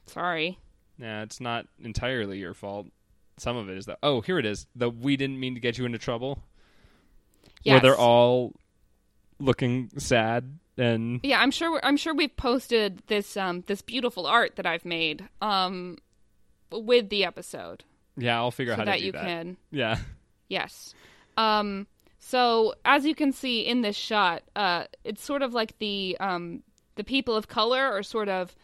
Speaker 1: Sorry.
Speaker 2: Nah, it's not entirely your fault. Some of it is though. Oh, here it is. The we didn't mean to get you into trouble. Where
Speaker 1: Yes.
Speaker 2: they're all looking sad and
Speaker 1: Yeah, I'm sure. I'm sure we've posted this um this beautiful art that I've made um with the episode
Speaker 2: yeah, I'll figure out
Speaker 1: so
Speaker 2: how
Speaker 1: that
Speaker 2: to do
Speaker 1: you
Speaker 2: that.
Speaker 1: can
Speaker 2: Yeah.
Speaker 1: yes. Um. So as you can see in this shot, uh, it's sort of like the um the people of color are sort of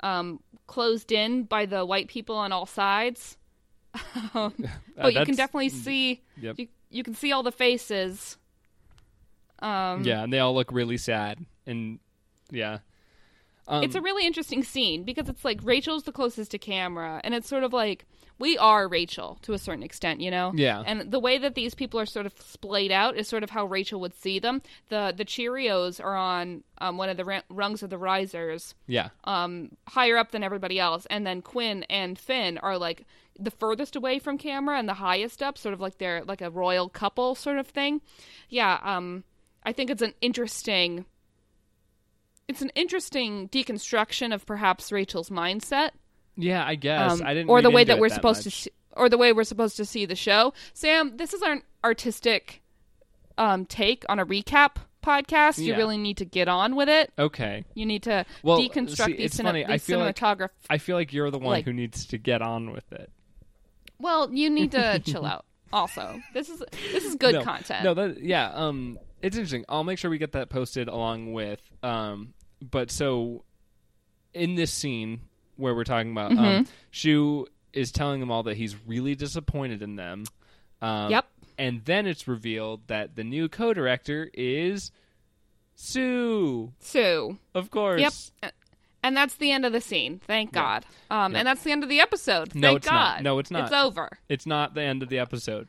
Speaker 1: um closed in by the white people on all sides. Um, but you
Speaker 2: Uh, that's-
Speaker 1: can definitely see
Speaker 2: yep.
Speaker 1: you, you can see all the faces Um,
Speaker 2: Yeah, and they all look really sad. And yeah. Um,
Speaker 1: it's a really interesting scene because it's like Rachel's the closest to camera, and it's sort of like we are Rachel to a certain extent, you know.
Speaker 2: Yeah.
Speaker 1: And the way that these people are sort of splayed out is sort of how Rachel would see them. the The Cheerios are on um, one of the ra- rungs of the risers,
Speaker 2: yeah.
Speaker 1: um, higher up than everybody else, and then Quinn and Finn are like the furthest away from camera and the highest up, sort of like they're like a royal couple sort of thing. Yeah. Um, I think it's an interesting it's an interesting deconstruction of perhaps Rachel's mindset,
Speaker 2: Yeah, I guess.
Speaker 1: um,
Speaker 2: I didn't
Speaker 1: or the
Speaker 2: read
Speaker 1: way
Speaker 2: into
Speaker 1: that
Speaker 2: it
Speaker 1: we're supposed to,
Speaker 2: much.
Speaker 1: see, or the way we're supposed to see the show. Sam, this is our artistic um, take on a recap podcast. You
Speaker 2: Yeah.
Speaker 1: really need to get on with it.
Speaker 2: Okay.
Speaker 1: You need to
Speaker 2: Well,
Speaker 1: deconstruct
Speaker 2: see,
Speaker 1: the,
Speaker 2: it's
Speaker 1: cine-
Speaker 2: funny.
Speaker 1: the
Speaker 2: I feel like-
Speaker 1: cinematograph.
Speaker 2: I feel like you're the one
Speaker 1: Like-
Speaker 2: who needs to get on with it.
Speaker 1: Well, you need to chill out. Also, this is this is good
Speaker 2: no,
Speaker 1: content.
Speaker 2: No, that, yeah, um, it's interesting. I'll make sure we get that posted along with. Um, but so, in this scene where we're talking about,
Speaker 1: Mm-hmm.
Speaker 2: um, Shu is telling them all that he's really disappointed in them. Um,
Speaker 1: Yep.
Speaker 2: And then it's revealed that the new co-director is Sue,
Speaker 1: So,
Speaker 2: of course.
Speaker 1: yep, and that's the end of the scene. Thank God. Um, and that's the end of the episode.
Speaker 2: No,
Speaker 1: Thank
Speaker 2: it's
Speaker 1: God.
Speaker 2: not. No, it's not.
Speaker 1: It's over.
Speaker 2: It's not the end of the episode.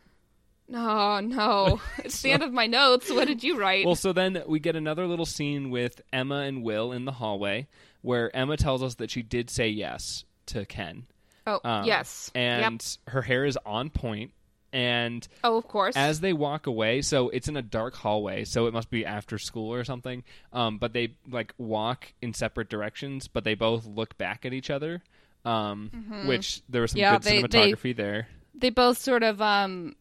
Speaker 1: No, no. It's the end of my notes. What did you write?
Speaker 2: Well, so then we get another little scene with Emma and Will in the hallway where Emma tells us that she did say yes to Ken.
Speaker 1: oh,
Speaker 2: Um,
Speaker 1: yes.
Speaker 2: And
Speaker 1: Yep.
Speaker 2: her hair is on point. And
Speaker 1: Oh, of course.
Speaker 2: as they walk away, so it's in a dark hallway, so it must be after school or something. Um, but they like walk in separate directions, but they both look back at each other. Um, which there was some
Speaker 1: Mm-hmm. Yeah,
Speaker 2: good
Speaker 1: they- they-
Speaker 2: cinematography there.
Speaker 1: they both sort of um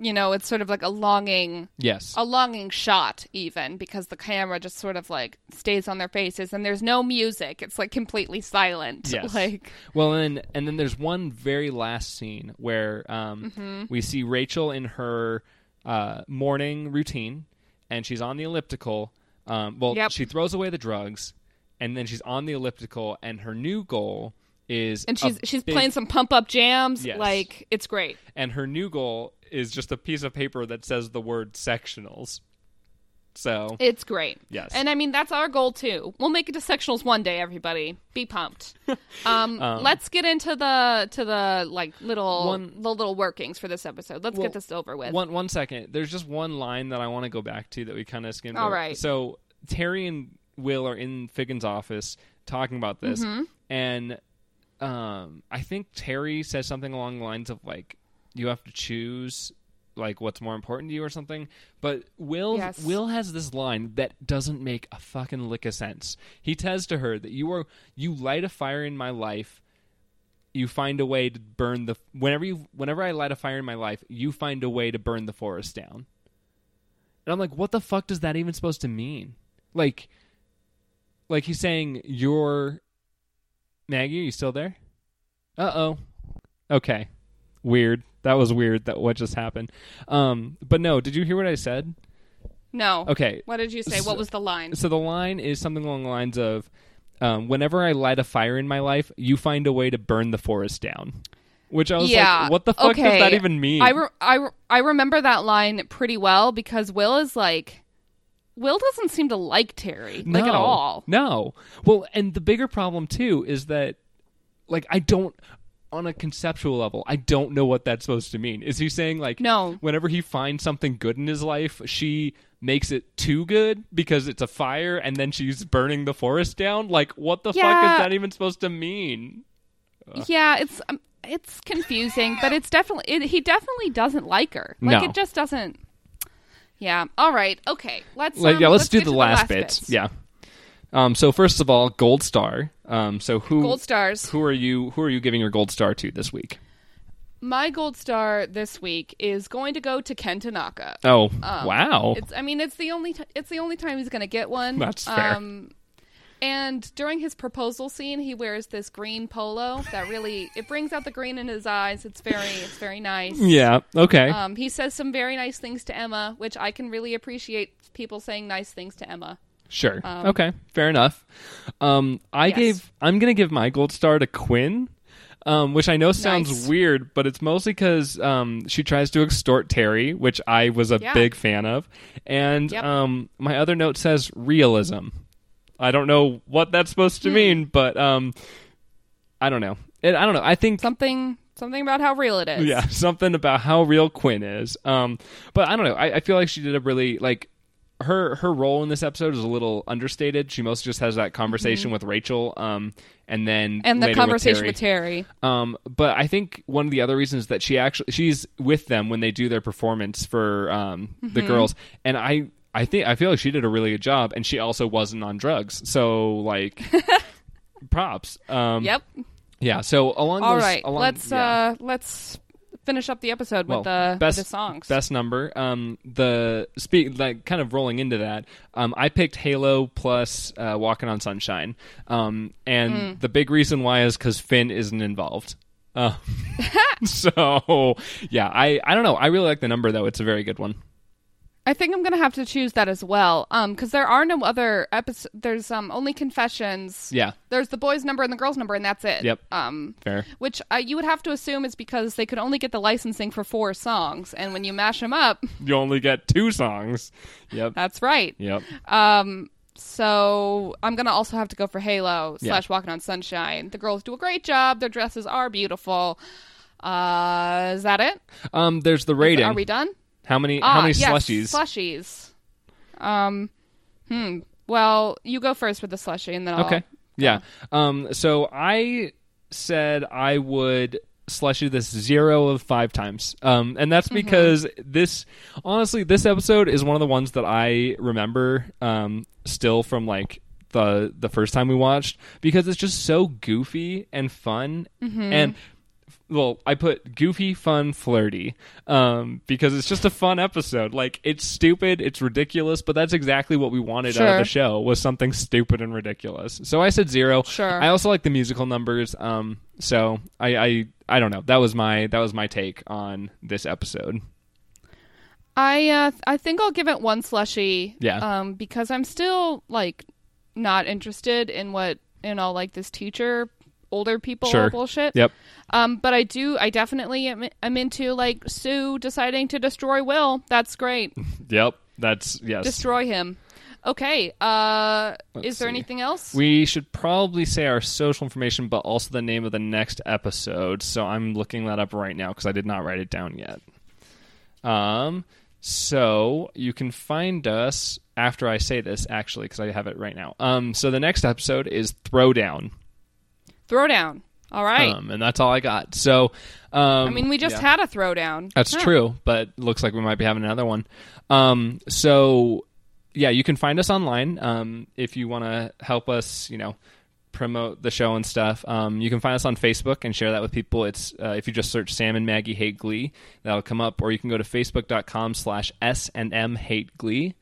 Speaker 1: you know, it's sort of like a longing
Speaker 2: Yes.
Speaker 1: a longing shot even because the camera just sort of like stays on their faces and there's no music. It's like completely silent.
Speaker 2: Yes.
Speaker 1: Like
Speaker 2: Well, and and then there's one very last scene where um,
Speaker 1: Mm-hmm.
Speaker 2: we see Rachel in her uh, morning routine, and she's on the elliptical. Um, well,
Speaker 1: Yep.
Speaker 2: she throws away the drugs, and then she's on the elliptical, and her new goal is
Speaker 1: and
Speaker 2: a
Speaker 1: she's she's
Speaker 2: big-
Speaker 1: playing some pump up jams.
Speaker 2: Yes.
Speaker 1: Like it's great.
Speaker 2: and her new goal is just a piece of paper that says the word sectionals. So
Speaker 1: It's great.
Speaker 2: Yes.
Speaker 1: And I mean that's our goal too. We'll make it to sectionals one day, everybody. Be pumped. Um, let's get into the to the like little
Speaker 2: One-
Speaker 1: the little workings for this episode. Let's
Speaker 2: Well,
Speaker 1: get this over with.
Speaker 2: One one second. There's just one line that I want to go back to that we kind of skimmed.
Speaker 1: All
Speaker 2: over.
Speaker 1: right.
Speaker 2: So Terry and Will are in Figgins' office talking about this,
Speaker 1: Mm-hmm.
Speaker 2: and um, I think Terry says something along the lines of like, "You have to choose." Like what's more important to you or something, but Will
Speaker 1: Yes.
Speaker 2: Will has this line that doesn't make a fucking lick of sense. He says to her that you are you light a fire in my life you find a way to burn the whenever you whenever I light a fire in my life, you find a way to burn the forest down. And I'm like, what the fuck does that even supposed to mean? Like like he's saying you're Maggie, you still there? Uh oh. Okay. Weird. That was weird that what just happened. Um but no, did you hear what I said?
Speaker 1: no.
Speaker 2: Okay.
Speaker 1: What did you say? What
Speaker 2: So-
Speaker 1: was the line?
Speaker 2: So the line is something along the lines of um, whenever I light a fire in my life, you find a way to burn the forest down. Which I was
Speaker 1: Yeah,
Speaker 2: like, what the fuck does
Speaker 1: okay.
Speaker 2: that even mean?
Speaker 1: I, re- I, re- I remember that line pretty well because Will is like, Will doesn't seem to like Terry
Speaker 2: no,
Speaker 1: like at all.
Speaker 2: No. Well, and the bigger problem too is that like I don't on a conceptual level, I don't know what that's supposed to mean. Is he saying like
Speaker 1: No.
Speaker 2: whenever he finds something good in his life, she makes it too good because it's a fire and then she's burning the forest down? Like what the fuck
Speaker 1: Yeah.
Speaker 2: is that even supposed to mean?
Speaker 1: Yeah, it's um, it's confusing, but it's definitely it, he definitely doesn't like her. Like
Speaker 2: No.
Speaker 1: it just doesn't. Yeah. All right. Okay. Let's
Speaker 2: like
Speaker 1: um,
Speaker 2: yeah, let's, do
Speaker 1: get
Speaker 2: the
Speaker 1: to
Speaker 2: last, bits. Yeah. Um, so first of all, gold star. Um, so who
Speaker 1: Gold stars.
Speaker 2: who are you who are you giving your gold star to this week?
Speaker 1: My gold star this week is going to go to Ken Tanaka.
Speaker 2: Oh
Speaker 1: Um,
Speaker 2: wow,
Speaker 1: It's I mean it's the only t- it's the only time he's going to get one.
Speaker 2: That's fair.
Speaker 1: Um and during his proposal scene, he wears this green polo that really it brings out the green in his eyes. It's very it's very nice.
Speaker 2: yeah okay.
Speaker 1: Um he says some very nice things to Emma, which I can really appreciate people saying nice things to Emma.
Speaker 2: Sure. okay. Fair enough. Um, I
Speaker 1: Yes.
Speaker 2: gave. I'm gonna give my gold star to Quinn. um, which I know sounds
Speaker 1: Nice.
Speaker 2: weird, but it's mostly because um, she tries to extort Terry, which I was a
Speaker 1: Yeah.
Speaker 2: big fan of. And
Speaker 1: Yep.
Speaker 2: um, my other note says realism. I don't know what that's supposed
Speaker 1: Hmm.
Speaker 2: to mean, but um, I don't know. It, I don't know. I think
Speaker 1: Something something about how real it is.
Speaker 2: yeah, something about how real Quinn is. Um, but I don't know. I, I feel like she did a really like her her role in this episode is a little understated. She mostly just has that conversation with Rachel, um, and then
Speaker 1: Mm-hmm. And the
Speaker 2: later
Speaker 1: conversation
Speaker 2: with
Speaker 1: with Terry.
Speaker 2: um, but I think one of the other reasons that she actually she's with them when they do their performance for um, the
Speaker 1: Mm-hmm.
Speaker 2: girls, and I I think I feel like she did a really good job, and she also wasn't on drugs, so like props. Um,
Speaker 1: Yep.
Speaker 2: Yeah. So along
Speaker 1: All
Speaker 2: those,
Speaker 1: right.
Speaker 2: along-
Speaker 1: let's
Speaker 2: yeah.
Speaker 1: uh let's finish up the episode with
Speaker 2: Well,
Speaker 1: the
Speaker 2: best-
Speaker 1: the songs.
Speaker 2: Best number. Um, the speak like kind of rolling into that. Um, I picked Halo plus uh, Walking on Sunshine. Um, and
Speaker 1: Mm.
Speaker 2: the big reason why is because Finn isn't involved. Uh, so yeah, I I don't know. I really like the number though. It's a very good one.
Speaker 1: I think I'm gonna have to choose that as well. Um, because there are no other episodes. There's um only confessions.
Speaker 2: Yeah,
Speaker 1: There's the boys' number and the girls' number, and that's it.
Speaker 2: Yep.
Speaker 1: Um,
Speaker 2: fair.
Speaker 1: which uh, you would have to assume is because they could only get the licensing for four songs, and when you mash them up,
Speaker 2: You only get two songs. Yep.
Speaker 1: that's right.
Speaker 2: Yep.
Speaker 1: Um, so I'm gonna also have to go for Halo
Speaker 2: Yeah.
Speaker 1: slash Walking on Sunshine. The girls do a great job. Their dresses are beautiful. Uh, is that it?
Speaker 2: Um, there's the rating.
Speaker 1: Are we done?
Speaker 2: How many?
Speaker 1: Ah,
Speaker 2: how many
Speaker 1: yes,
Speaker 2: slushies?
Speaker 1: Slushies. Um, hmm. Well, you go first with the slushie, and then I'll.
Speaker 2: Okay. Yeah. Um, so I said I would slushy this zero of five times. Um, and that's because this, honestly, this episode is one of the ones that I remember um, still from like the the first time we watched because it's just so goofy and fun and well i put goofy fun flirty um because it's just a fun episode like it's stupid it's ridiculous but that's exactly what we wanted out of the
Speaker 1: Sure.
Speaker 2: show show was something stupid and ridiculous. So I said zero.
Speaker 1: Sure.
Speaker 2: I also like the musical numbers. Um. So I I I don't know. That was my that was my take on this episode.
Speaker 1: I uh, I think I'll give it one slushie.
Speaker 2: Yeah.
Speaker 1: Um, because I'm still like not interested in what you know, like this teacher, older people
Speaker 2: Sure.
Speaker 1: bullshit.
Speaker 2: Yep.
Speaker 1: Um, but I do, I definitely am, am into like Sue deciding to destroy Will. That's great.
Speaker 2: Yep. That's yes.
Speaker 1: Destroy him. Okay. Uh,
Speaker 2: Let's
Speaker 1: is there
Speaker 2: see.
Speaker 1: anything else?
Speaker 2: we should probably say our social information, but also the name of the next episode. So I'm looking that up right now because I did not write it down yet. Um. So you can find us after I say this, actually, because I have it right now. Um. So the next episode is Throwdown.
Speaker 1: Throwdown. All right.
Speaker 2: Um, and that's all I got. So, um,
Speaker 1: I mean, we just
Speaker 2: yeah.
Speaker 1: had a throwdown.
Speaker 2: That's
Speaker 1: Huh.
Speaker 2: true, but looks like we might be having another one. Um, so, yeah, you can find us online um, if you want to help us, you know, promote the show and stuff. Um, you can find us on Facebook and share that with people. It's uh, if you just search Sam and Maggie Hate Glee, that'll come up, or you can go to facebook.com slash S and M Hate Glee.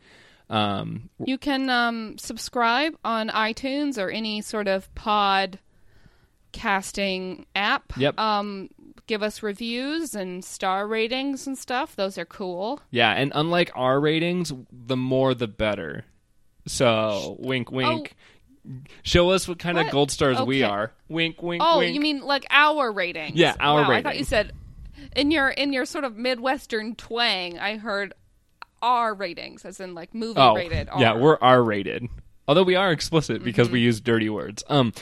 Speaker 2: Um,
Speaker 1: You can um, subscribe on iTunes or any sort of pod casting app.
Speaker 2: Yep.
Speaker 1: Um, give us reviews and star ratings and stuff. Those are cool.
Speaker 2: yeah, and unlike our ratings, the more the better. So, wink, wink. Show us what kind of
Speaker 1: Oh. What?
Speaker 2: gold stars we
Speaker 1: Okay.
Speaker 2: are. Wink, wink,
Speaker 1: Oh,
Speaker 2: wink.
Speaker 1: you mean like our ratings?
Speaker 2: Yeah, our
Speaker 1: wow, I thought you
Speaker 2: ratings.
Speaker 1: said in your in your sort of midwestern twang. I heard our ratings, as in like movie
Speaker 2: oh,
Speaker 1: rated. R. Mm-hmm.
Speaker 2: yeah, we're R rated. Although we are explicit because we use dirty words. Um,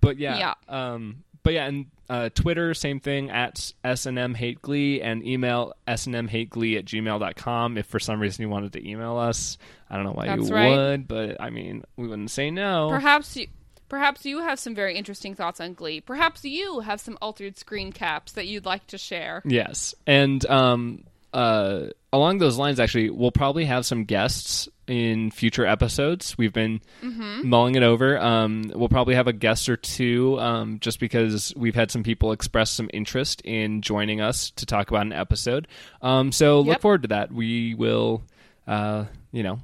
Speaker 2: but yeah, um, but yeah, and uh, Twitter, same thing at S and M Hate Glee, and email S and M Hate Glee at gmail.com If for some reason you wanted to email us, I don't know why
Speaker 1: That's
Speaker 2: you
Speaker 1: right.
Speaker 2: would, but I mean, we wouldn't say no.
Speaker 1: Perhaps you. Perhaps you have some very interesting thoughts on Glee. Perhaps you have some altered screen caps that you'd like to share.
Speaker 2: Yes, and um, uh, along those lines, actually, we'll probably have some guests in future episodes. We've been
Speaker 1: Mm-hmm.
Speaker 2: mulling it over. Um, we'll probably have a guest or two, um, just because we've had some people express some interest in joining us to talk about an episode. Um, so look
Speaker 1: Yep.
Speaker 2: forward to that. We will, uh, you know,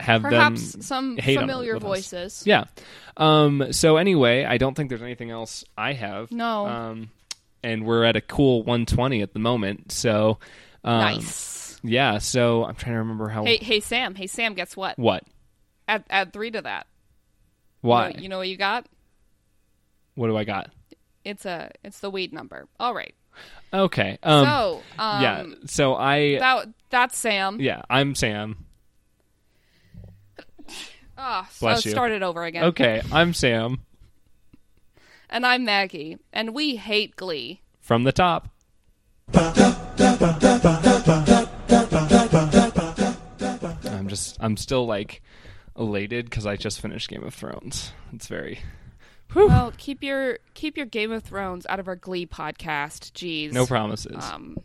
Speaker 2: have
Speaker 1: Perhaps
Speaker 2: them
Speaker 1: some
Speaker 2: hate on
Speaker 1: familiar
Speaker 2: with us.
Speaker 1: voices.
Speaker 2: Yeah. Um, so anyway, I don't think there's anything else I have.
Speaker 1: No.
Speaker 2: Um, and we're at a cool 120 at the moment. So. Um,
Speaker 1: nice.
Speaker 2: Yeah. So I'm trying to remember how.
Speaker 1: Hey, hey, Sam. Hey, Sam. Guess what?
Speaker 2: What?
Speaker 1: Add add three to that.
Speaker 2: Why?
Speaker 1: You know, you know what you got?
Speaker 2: what do I got?
Speaker 1: It's a it's the weed number. All right.
Speaker 2: Okay. Um,
Speaker 1: so um,
Speaker 2: yeah. So I.
Speaker 1: that that's Sam.
Speaker 2: yeah. I'm Sam.
Speaker 1: Ah,
Speaker 2: Bless
Speaker 1: so
Speaker 2: you.
Speaker 1: start it over again.
Speaker 2: Okay. I'm Sam
Speaker 1: And I'm Maggie, and we hate Glee.
Speaker 2: from the top. I'm just. I'm still like elated because I just finished Game of Thrones. It's very.
Speaker 1: Well, keep your keep your Game of Thrones out of our Glee podcast. Jeez.
Speaker 2: No promises,
Speaker 1: Um,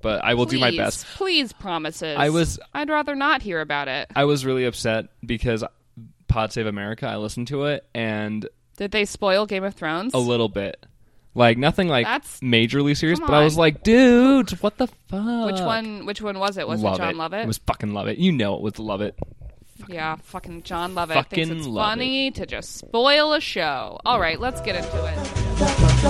Speaker 2: but I will do my
Speaker 1: please,
Speaker 2: best.
Speaker 1: Please promises.
Speaker 2: I was-
Speaker 1: I'd rather not hear about it.
Speaker 2: I was really upset because Pod Save America. I listened to it and
Speaker 1: Did they spoil Game of Thrones?
Speaker 2: a little bit, like nothing like
Speaker 1: That's-
Speaker 2: majorly serious.
Speaker 1: come
Speaker 2: But I was
Speaker 1: on.
Speaker 2: like, dude, what the fuck?
Speaker 1: which one? Which one was it? Was
Speaker 2: love
Speaker 1: it John Lovett?
Speaker 2: It was fucking love it. You know it was love it.
Speaker 1: yeah, fucking John Lovett
Speaker 2: fucking
Speaker 1: thinks it's
Speaker 2: love
Speaker 1: funny to just spoil a show. All right, let's get into it.
Speaker 3: da da da